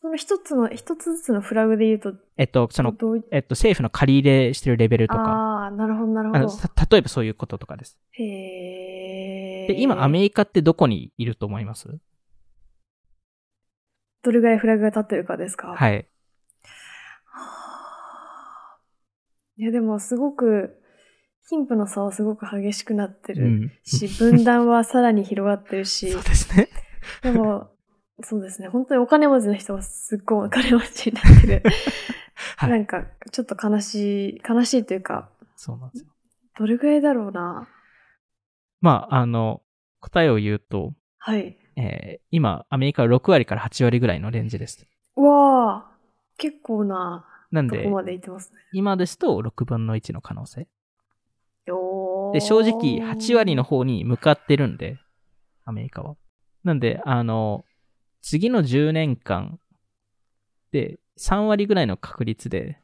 A: その一つの、一つずつのフラグで言うと、
B: えっと、その、
A: どうい
B: えっと、政府の借り入れしてるレベルとか、
A: ああ、なるほど、なる
B: あ
A: ほ
B: の
A: ど。
B: た例えばそういうこととかです。
A: へえ。
B: で、今、アメ
A: リ
B: リカってどこにいると思います
A: どれぐらいフラグが立ってるかですかい。
B: はい。
A: いや、でも、すごく、貧富の差はすごく激しくなって
B: う
A: る
B: ん。
A: し、分断はさらに広がってるし
B: そう、ですね。
A: でも、そうですね。本当にお金持ちの人はすっごいお金持ちになってる。
B: はい
A: なんか、ちょっと悲しい、悲しいというか、
B: そうなんですよ。
A: どれぐらいだろうな。
B: まあ、あの、答えを言うと、
A: はい。
B: えー今、アメリカは6割から8割ぐらいのレンジです。
A: うわあ、結構な、
B: なん
A: と
B: で
A: こ、まで行ってますね。
B: 今ですと6分の1の可能性。
A: おー
B: で、正直8割の。方に向かってるんで、アメリカは。なんで、あの、次の10年間で3割ぐらいの確率で、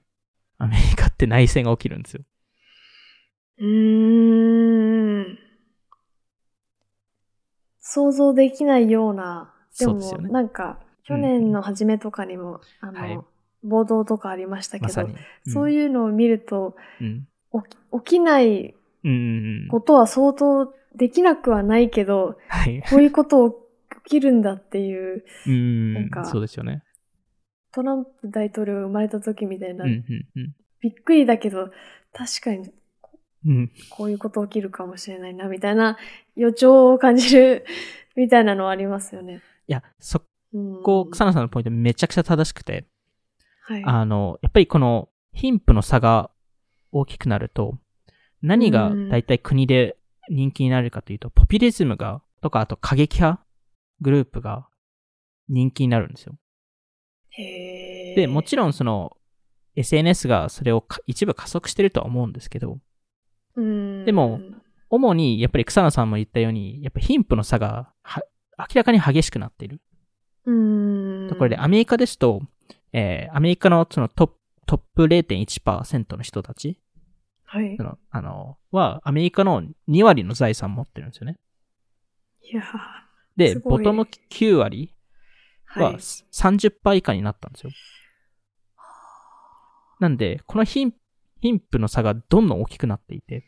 B: アメリカって内戦が起きるんですよ。
A: うーん。想像できないような、で
B: そう
A: も、
B: ですよね
A: なんか、去
B: うん
A: 年の初めとかにも、あの、
B: はい
A: 暴動とかありましたけ
B: まさ
A: ど
B: に、。
A: そう
B: う
A: いうのを見ると、
B: ん。
A: 起き起きない
B: うん。うん。うん
A: ことは相当できなくはないけど、
B: はい。
A: こういうこと起きるんだっていう、
B: うん
A: なんか
B: そうですよね。
A: トランプ大統領が生まれた時みたいな、
B: うん。うん。
A: びっくりだけど、確かに
B: うん。うん
A: こういうこと起きるかもしれないな、みたいな予兆を感じる、みたいなのはありますよね。
B: いや、そ
A: うん、
B: こ、草野さんのポイントめちゃくちゃ正しくて、
A: はい。
B: あの、やっぱりこの貧富の差が大きくなると、何が大体国で人気になるかというと、ポピュリズムが、とか、あと過激派グループが人気になるんですよ。
A: へー
B: で、もちろんその、SNS がそれをか一部加速してるとは思うんですけど、
A: うん
B: でも、主にやっぱり草野さんも言ったように、やっぱ貧富の差がは明らかに激しくなっている。
A: うん。
B: ところで、アメリカですと、えーアメリカのそのトップトップ0.1%の人たち
A: はい
B: そ。の、あの、は、アメリカの2割の財産持ってるんですよね。
A: いやー
B: で、
A: すご
B: ボ
A: い
B: トム9割
A: は。
B: はい30%以下になったんですよ。なんで、この貧貧富の差がどんどん大きくなっていて、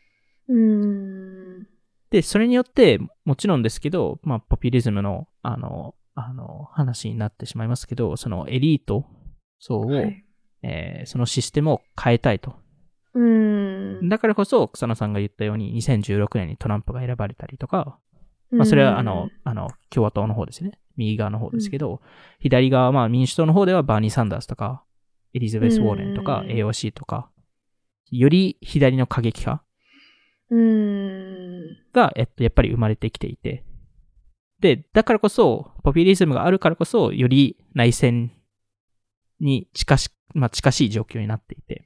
A: うん。
B: で、それによって、もちろんですけど、まあ、ポピュリズムの、あの、あの、話になってしまいますけど、そのエリート層を、
A: はい
B: えーそのシステムを変えたいと。
A: うん。
B: だからこそ、草野さんが言ったように、2016年にトランプが選ばれたりとか、まあ、それはあの、あの、共和党の方ですね。右側の方ですけど、左側はまあ民主党の方ではバーニー・サンダースとか、エリザベス・ウォーレンとか、
A: うん
B: AOC とか、より左の過激派
A: うん。うん。
B: が、えっと、やっぱり生まれてきていて、で、だからこそ、ポピュリズムがあるからこそ、より内戦に近し、まあ近しい状況になっていて、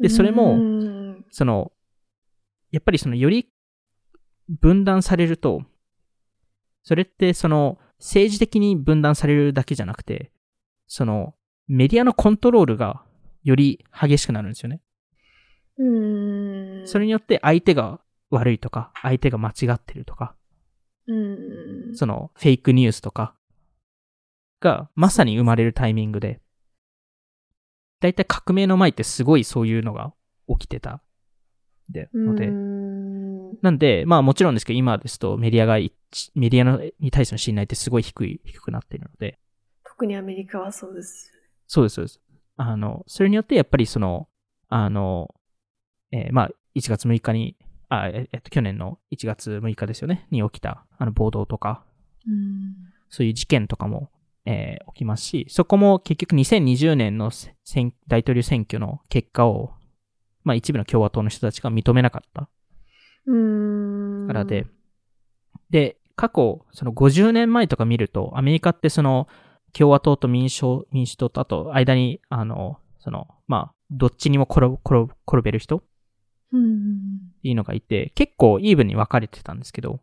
B: でそれも
A: うん
B: その、やっぱりそのより分断されると、それってその政治的に分断されるだけじゃなくて、そのメディアのコントロールがより激しくなるんですよね。
A: うん。
B: それによって相手が悪いとか、相手が間違ってるとか、
A: うん。
B: そのフェイクニュースとかがまさに生まれるタイミングで、だいたい革命の前ってすごいそういうのが起きてたでので、
A: うん
B: なんで、まあもちろんですけど、今ですとメディアが一、メディアのに対しての信頼ってすごい低い、低くなっているので、
A: 特にアメリカはそうです。
B: そうです、そうです。あの、それによってやっぱりその、あの、えーまあ1月6日に、あ、ええっと、去年の1月6日ですよね、に起きた、あの、暴動とか、
A: うん。
B: そういう事件とかも、えー起きますし、そこも結局2020年のせ選大統領選挙の結果を、まあ一部の共和党の人たちが認めなかった。
A: うん。
B: からで、で、過去、その50年前とか見ると、アメリカってその、共和党と民主民主党と、あと、間に、あの、その、まあ、どっちにも転ぶ、転ぶ、転べる人っ
A: うん。
B: ていうのがいて、結構イーブンに分かれてたんですけど、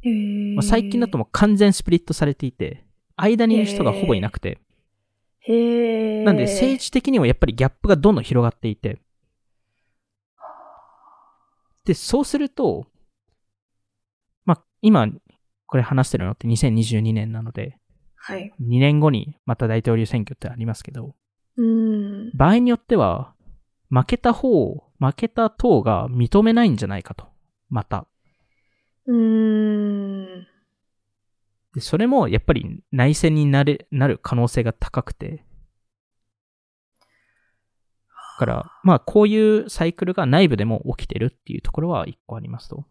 A: へー
B: まあ最近だともう完全スプリットされていて、間にいる人がほぼいなくて、
A: へえ。
B: なんで政治的にもやっぱりギャップがどんどん広がっていて。で、そうすると、まあ、今、これ話してるのって2022年なので、
A: はい。
B: 2年後にまた大統領選挙ってありますけど、
A: うん。
B: 場合によっては、負けた方、負けた党が認めないんじゃないかと。また。
A: うん。
B: で、それもやっぱり内戦になれ、なる可能性が高くて。だから、まあこういうサイクルが内部でも起きてるっていうところは一個ありますと。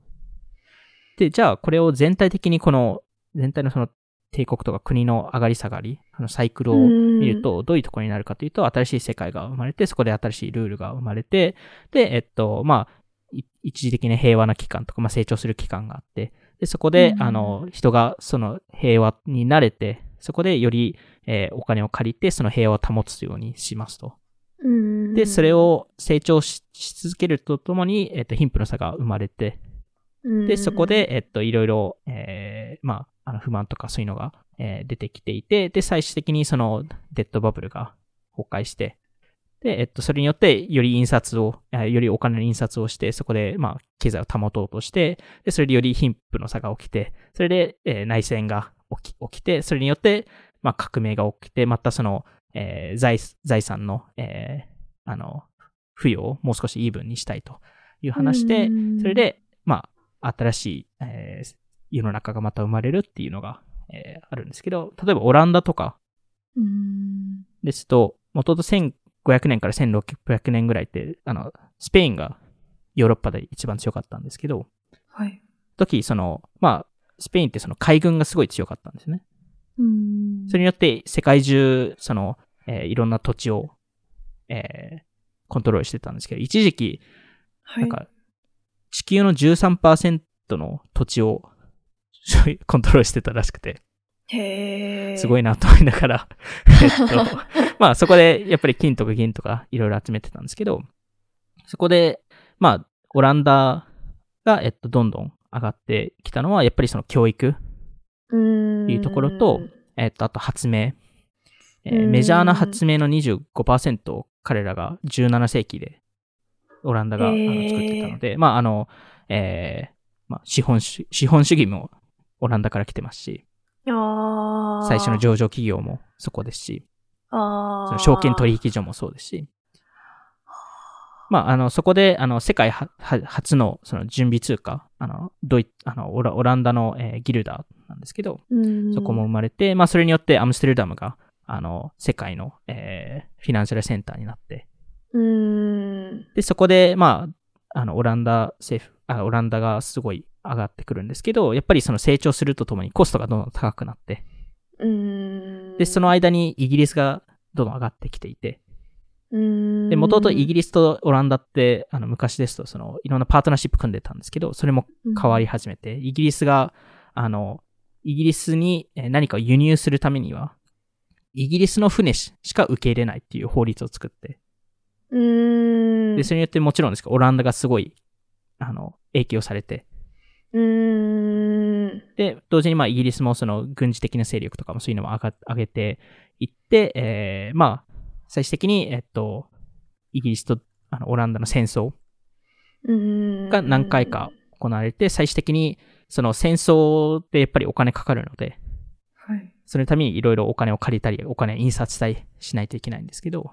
B: で、じゃあこれを全体的にこの、全体のその帝国とか国の上がり下がり、あのサイクルを見るとどういうところになるかというと、新しい世界が生まれて、そこで新しいルールが生まれて、で、えっと、まあ、い一時的な平和な期間とか、まあ成長する期間があって、で、そこで
A: う、ん
B: あの、人がその平和に慣れて、そこでより、えーお金を借りて、その平和を保つようにしますと。
A: うん。
B: で、それ、を成長しし続けるとともに、えっ、と、貧富の差が生まれて、で、そこ、で、えっと、いろいろ、えーまあ、あの不満とかそういうのが、えー出てきていて、で、最終的にそのデッドバブルが崩壊して、で、えっと、それによって、より印刷を、えーよりお金の印刷をして、そこで、まあ、経済を保とうとして、で、それでより貧富の差が起きて、それで、えー内戦が起き起きて、それによって、まあ、革命が起きて、またその、えー財財産の、えーあの、付与をもう少しイーブンにしたいという話で、
A: うん
B: それで、まあ、新しい、えー世の中がまた生まれるっていうのが、えーあるんですけど、例えばオランダとか
A: うん。
B: ですと、もともと1500年から1600年ぐらいって、あの、スペインがヨーロッパで一番強かったんですけど、
A: はい。
B: 時、その、まあ、スペインってその海軍がすごい強かったんですね。
A: うん。
B: それによって世界中、その、えーいろんな土地を、えーコントロールしてたんですけど、一時期、
A: はい、
B: なんか、地球の13%の土地を 所有コントロールしてたらしくて、
A: へえ。
B: すご
A: い。
B: いなと思いなが ら、えっと、 まあそこでやっぱり金とか銀とかいろいろ集めてたんですけど、そこで、まあ、オランダが、えっと、どんどん上がってきたのは、やっぱりその教育、
A: うん。
B: いうところと、えっと、あと発明。えー
A: うん
B: メジャーな発明の25%を彼らが17世紀でオランダがあの
A: へー
B: 作ってたので、まああの、えーまあ、資本主資本主義もオランダから来てますし、
A: ああ。
B: 最初の上場企業もそこですし、
A: ああ。
B: その証券取引所もそうですし、まあ、あのそこであの世界はは初のその準備通貨、あのドイあのオラオランダの、えーギルダーなんですけど、
A: うん。
B: そこも生まれて、まあそれによってアムステルダムが、あの、世界の、えーフィナンシャルセンターになって、
A: うん。
B: で、そこで、まあ、あの、オランダ政府、あオランダがすごい上がってくるんですけど、やっぱりその成長するとともにコストがどんどん高くなって、
A: うん。
B: で、その間にイギリスがどんどん上がってきていて、
A: うん。
B: で、もともとイギリスとオランダって、あの、昔ですと、その、いろんなパートナーシップ組んでたんですけど、それも変わり始めて、イギリスが、あの、イギリスにえー何かを輸入するためには、イギリスの船ししか受け入れないっていう法律を作って、
A: うん。
B: で、それによってもちろんですけど、オランダがすごい、あの、影響されて、
A: うん。
B: で、同時にまあイギリスもその軍事的な勢力とかもそういうのも上が上げていって、えーまあ、最終的に、えっと、イギリスとあのオランダの戦争
A: うん。
B: が何回か。行われて、最終的にその戦争でやっぱりお金かかるので、
A: はい。
B: そのためにいろいろお金を借りたり、お金を印刷したりしないといけないんですけど、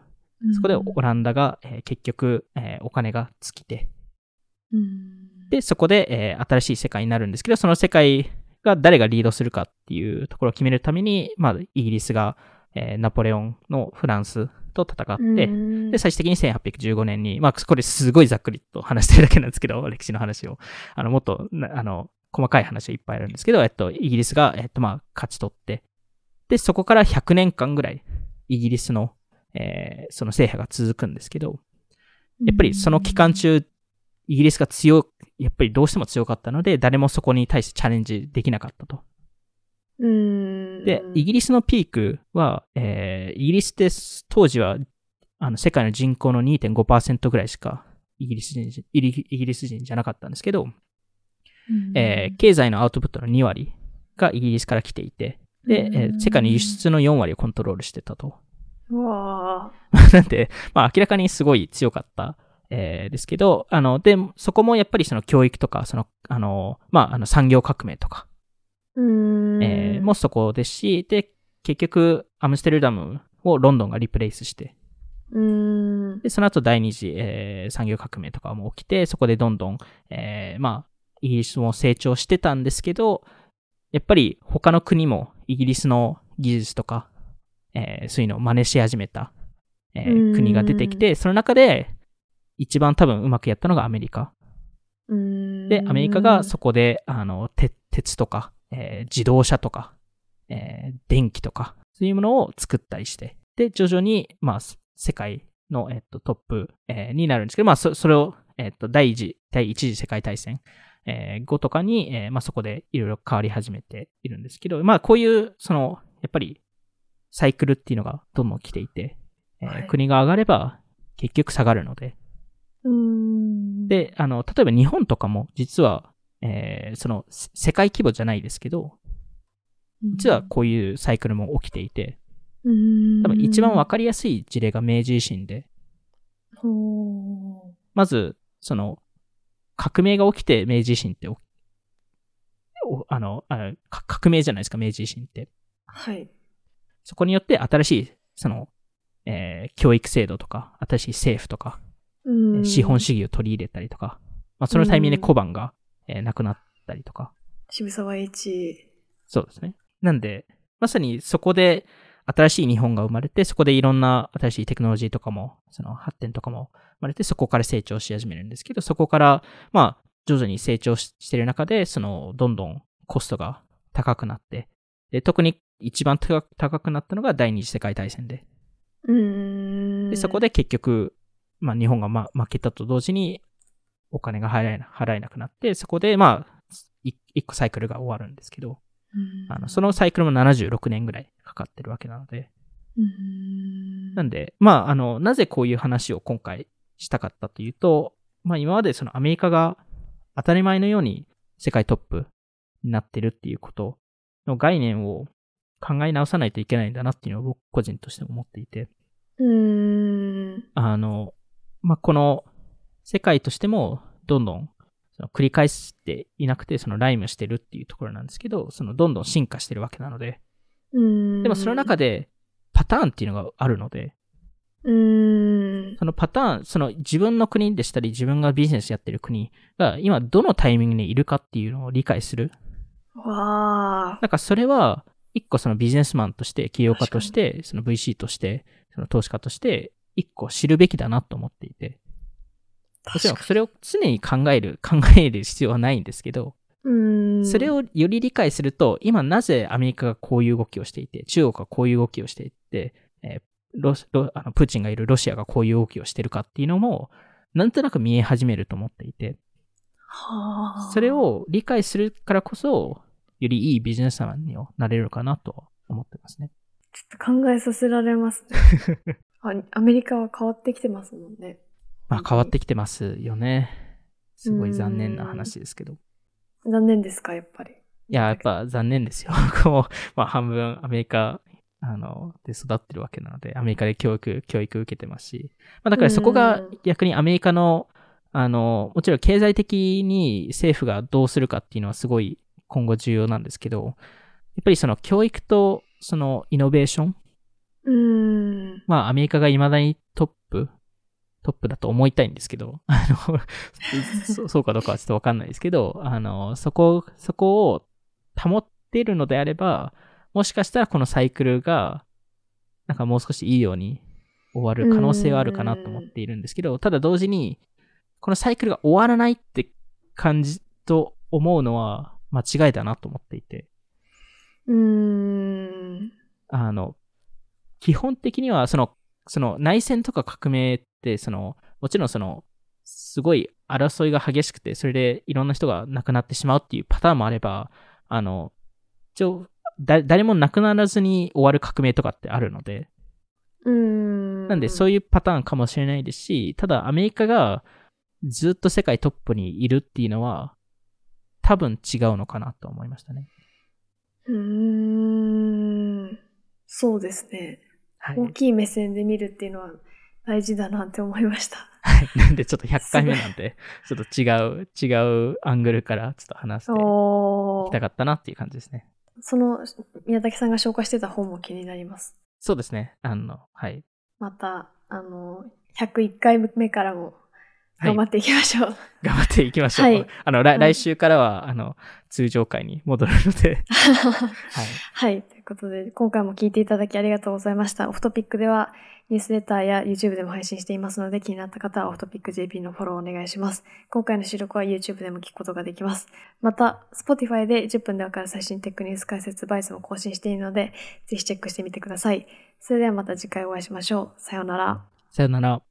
B: そこでオランダが、えー結局、えーお金が尽きて、
A: うん。
B: で、そこで、えー新しい世界になるんですけど、その世界が誰がリードするかっていうところを決めるために、まあ、イギリスが、えーナポレオンのフランスと戦って、
A: うん
B: で、最終的に1815年に、まあ、これすごいざっくりと話してるだけなんですけど、 歴史の話を。あの、もっとな、あの、細かい話はいっぱいあるんですけど、えっと、イギリスが、えっと、まあ、勝ち取って、で、そこから100年間ぐらい、イギリスの、えーその制覇が続くんですけど、やっぱりその期間中、イギリスが強く、やっぱりどうしても強かったので、誰もそこに対してチャレンジできなかったと。
A: うん、
B: で、イギリスのピークは、えーイギリスって当時はあの世界の人口の2.5%ぐらいしかイギリス人じイギリイギリス人じゃなかったんですけど、えー経済のアウトプットの2割がイギリスから来ていて、で、えー世界の輸出の4割をコントロールしてたと。
A: うわ
B: なんで、まあ明らかにすごい強かった、えーですけど、あの、で、そこもやっぱりその教育とか、その、あの、まああの産業革命とか、
A: ーうーん。
B: えーもそこですし、で、結局、アムステルダムをロンドンがリプレイスして、
A: うーん。
B: で、その後第二次、えー産業革命とかも起きて、そこでどんどん、えーまあ、イギリスも成長してたんですけど、やっぱり他の国もイギリスの技術とか、えーそういうのを真似し始めた、えー
A: うん
B: 国が出てきて、その中で一番多分うまくやったのがアメリカ。
A: うーん。
B: で、アメリカがそこで、あの、鉄鉄とか、えー自動車とか、えー電気とか、そういうものを作ったりして、で、徐々に、まあ、す世界の、えっと、トップ、えーになるんですけど、まあ、そそれを、えっと、第一次、第一次世界大戦、えー後とかに、えーまあ、そこでいろいろ変わり始めているんですけど、まあ、こういう、その、やっぱり、サイクルっていうのがどんどん来ていて、えー
A: はい
B: 国が上がれば、結局下がるので、
A: うーん。、
B: で、あの、例えば日本とかも、実は、えーその、せ世界規模じゃないですけど、実は、こういうサイクルも起きていて、
A: うーん。
B: 多分一番わかりやすい事例が明治維新で、
A: ほ
B: まず、その、革命が起きて明治維新っておおあの、あのか革命じゃないですか、明治維新って。
A: ーはい。
B: そこによって新しい、その、えー教育制度とか、新しい政府とか、
A: うーん。
B: 資本主義を取り入れたりとか、まあ、そのタイミングで小判が、えーなくなったりとか、
A: 渋沢栄一。
B: そうですね。なんで、まさにそこで新しい日本が生まれて、そこでいろんな新しいテクノロジーとかも、その発展とかも生まれて、そこから成長し始めるんですけど、そこから、まあ、徐々に成長ししてる中で、その、どんどんコストが高くなって、で、特に一番高く高くなったのが第二次世界大戦で、
A: うーん。
B: でそこで結局、まあ、日本が、ま、負けたと同時に、お金が払えな払えなくなって、そこで、まあ、い一個サイクルが終わるんですけど、
A: うん、
B: あの、そのサイクルも76年ぐらいかかってるわけなので。
A: うーん。
B: なんで、まあ、あの、なぜこういう話を今回したかったというと、まあ、今までそのアメリカが当たり前のように世界トップになってるっていうことの概念を考え直さないといけないんだなっていうのを僕個人として思っていて、
A: うーん。
B: あの、まあ、この世界としてもどんどんその繰り返していなくて、そのライムしてるっていうところなんですけど、そのどんどん進化してるわけなので、
A: うーん。
B: でもその中
A: で、
B: でパターンっていうのがあるので、
A: うーん。
B: そのパターン、その自分の国でしたり、自分がビジネスやってる国が今どのタイミングにいるかっていうのを理解する。
A: わあ。
B: なんかそれは、一個そのビジネスマンとして、起業家として、その VC として、その投資家として、一個知るべきだなと思っていて、もちろ
A: 確
B: ん
A: か
B: それを常に考える、考える必要はないんですけど、
A: にうーん。
B: それをより理解すると、今なぜアメリカがこういう動きをしていて、中国がこういう動きをしていて、えーロスロあのプーチンがいるロシアがこういう動きをしてるかっていうのも、なんとなく見え始めると思っていて、
A: はあ、
B: それを理解するからこそ、よりいいビジネスマンになれるかなと思ってますね。
A: ちょっと考えさせられますね、 あアメリカは変わってきてますもんね。
B: まあ変わってきてますよね。すごい残念な話ですけど。
A: 残念ですか、やっぱり。
B: いや、やっぱ残念ですよ。 僕も、まあ半分アメリカ、あの、で育ってるわけなので、アメリカで教育、教育受けてますし。まあだからそこが
A: うん
B: 逆にアメリカの、あの、もちろん経済的に政府がどうするかっていうのはすごい今後重要なんですけど、やっぱりその教育とそのイノベーション、
A: うーん。
B: まあアメリカが未だにトップ、トップだと思いたいんですけど、あの、そそうかどうかはちょっとわかんないですけど、あの、そこ、そこを保っているのであれば、もしかしたらこのサイクルが、なんかもう少しいいように終わる可能性はあるかなと思っているんですけど、ただ同時に、このサイクルが終わらないって感じと思うのは間違いだなと思っていて。
A: うーん。
B: あの、基本的には、その、その内戦とか革命って、その、もちろんその、すごい争いが激しくて、それでいろんな人が亡くなってしまうっていうパターンもあれば、あの、一応、だ誰も亡くならずに終わる革命とかってあるので、
A: うーん。
B: なんでそう
A: いう
B: いうパターンかもしれないですし、ただアメリカがずっと世界トップにいるっていうのは、多分違うのかなと思いましたね。
A: う。うーん。そうですね。
B: はい
A: 大きい目線で見るっていうのは大事だなって思いました。
B: はい。 なんでちょっと100回目なんで、ちょっと違う、違うアングルからちょっと話してい
A: お
B: きた
A: ー
B: かったなっていう感じですね。
A: その宮崎さんが紹介してた本も気になります。
B: そうですね。あの、はい。
A: また、あの、101回目からも
B: はい
A: 頑張っていきましょう。
B: 頑張っていきましょう。
A: はい
B: あの、来
A: はい
B: 来週からは、あの、通常回に戻るの で、はい。
A: はい。ということで、今回も聞いていただきありがとうございました。オフトピックでは、ニュースレターや YouTube でも配信していますので、気になった方はオフトピック JP のフォローお願いします。今回の収録は YouTube でも聞くことができます。また、Spotify で10分でわかる最新テックニュース解説バイスも更新しているので、ぜひチェックしてみてください。それではまた次回お会いしましょう。さようなら。
B: さよなら。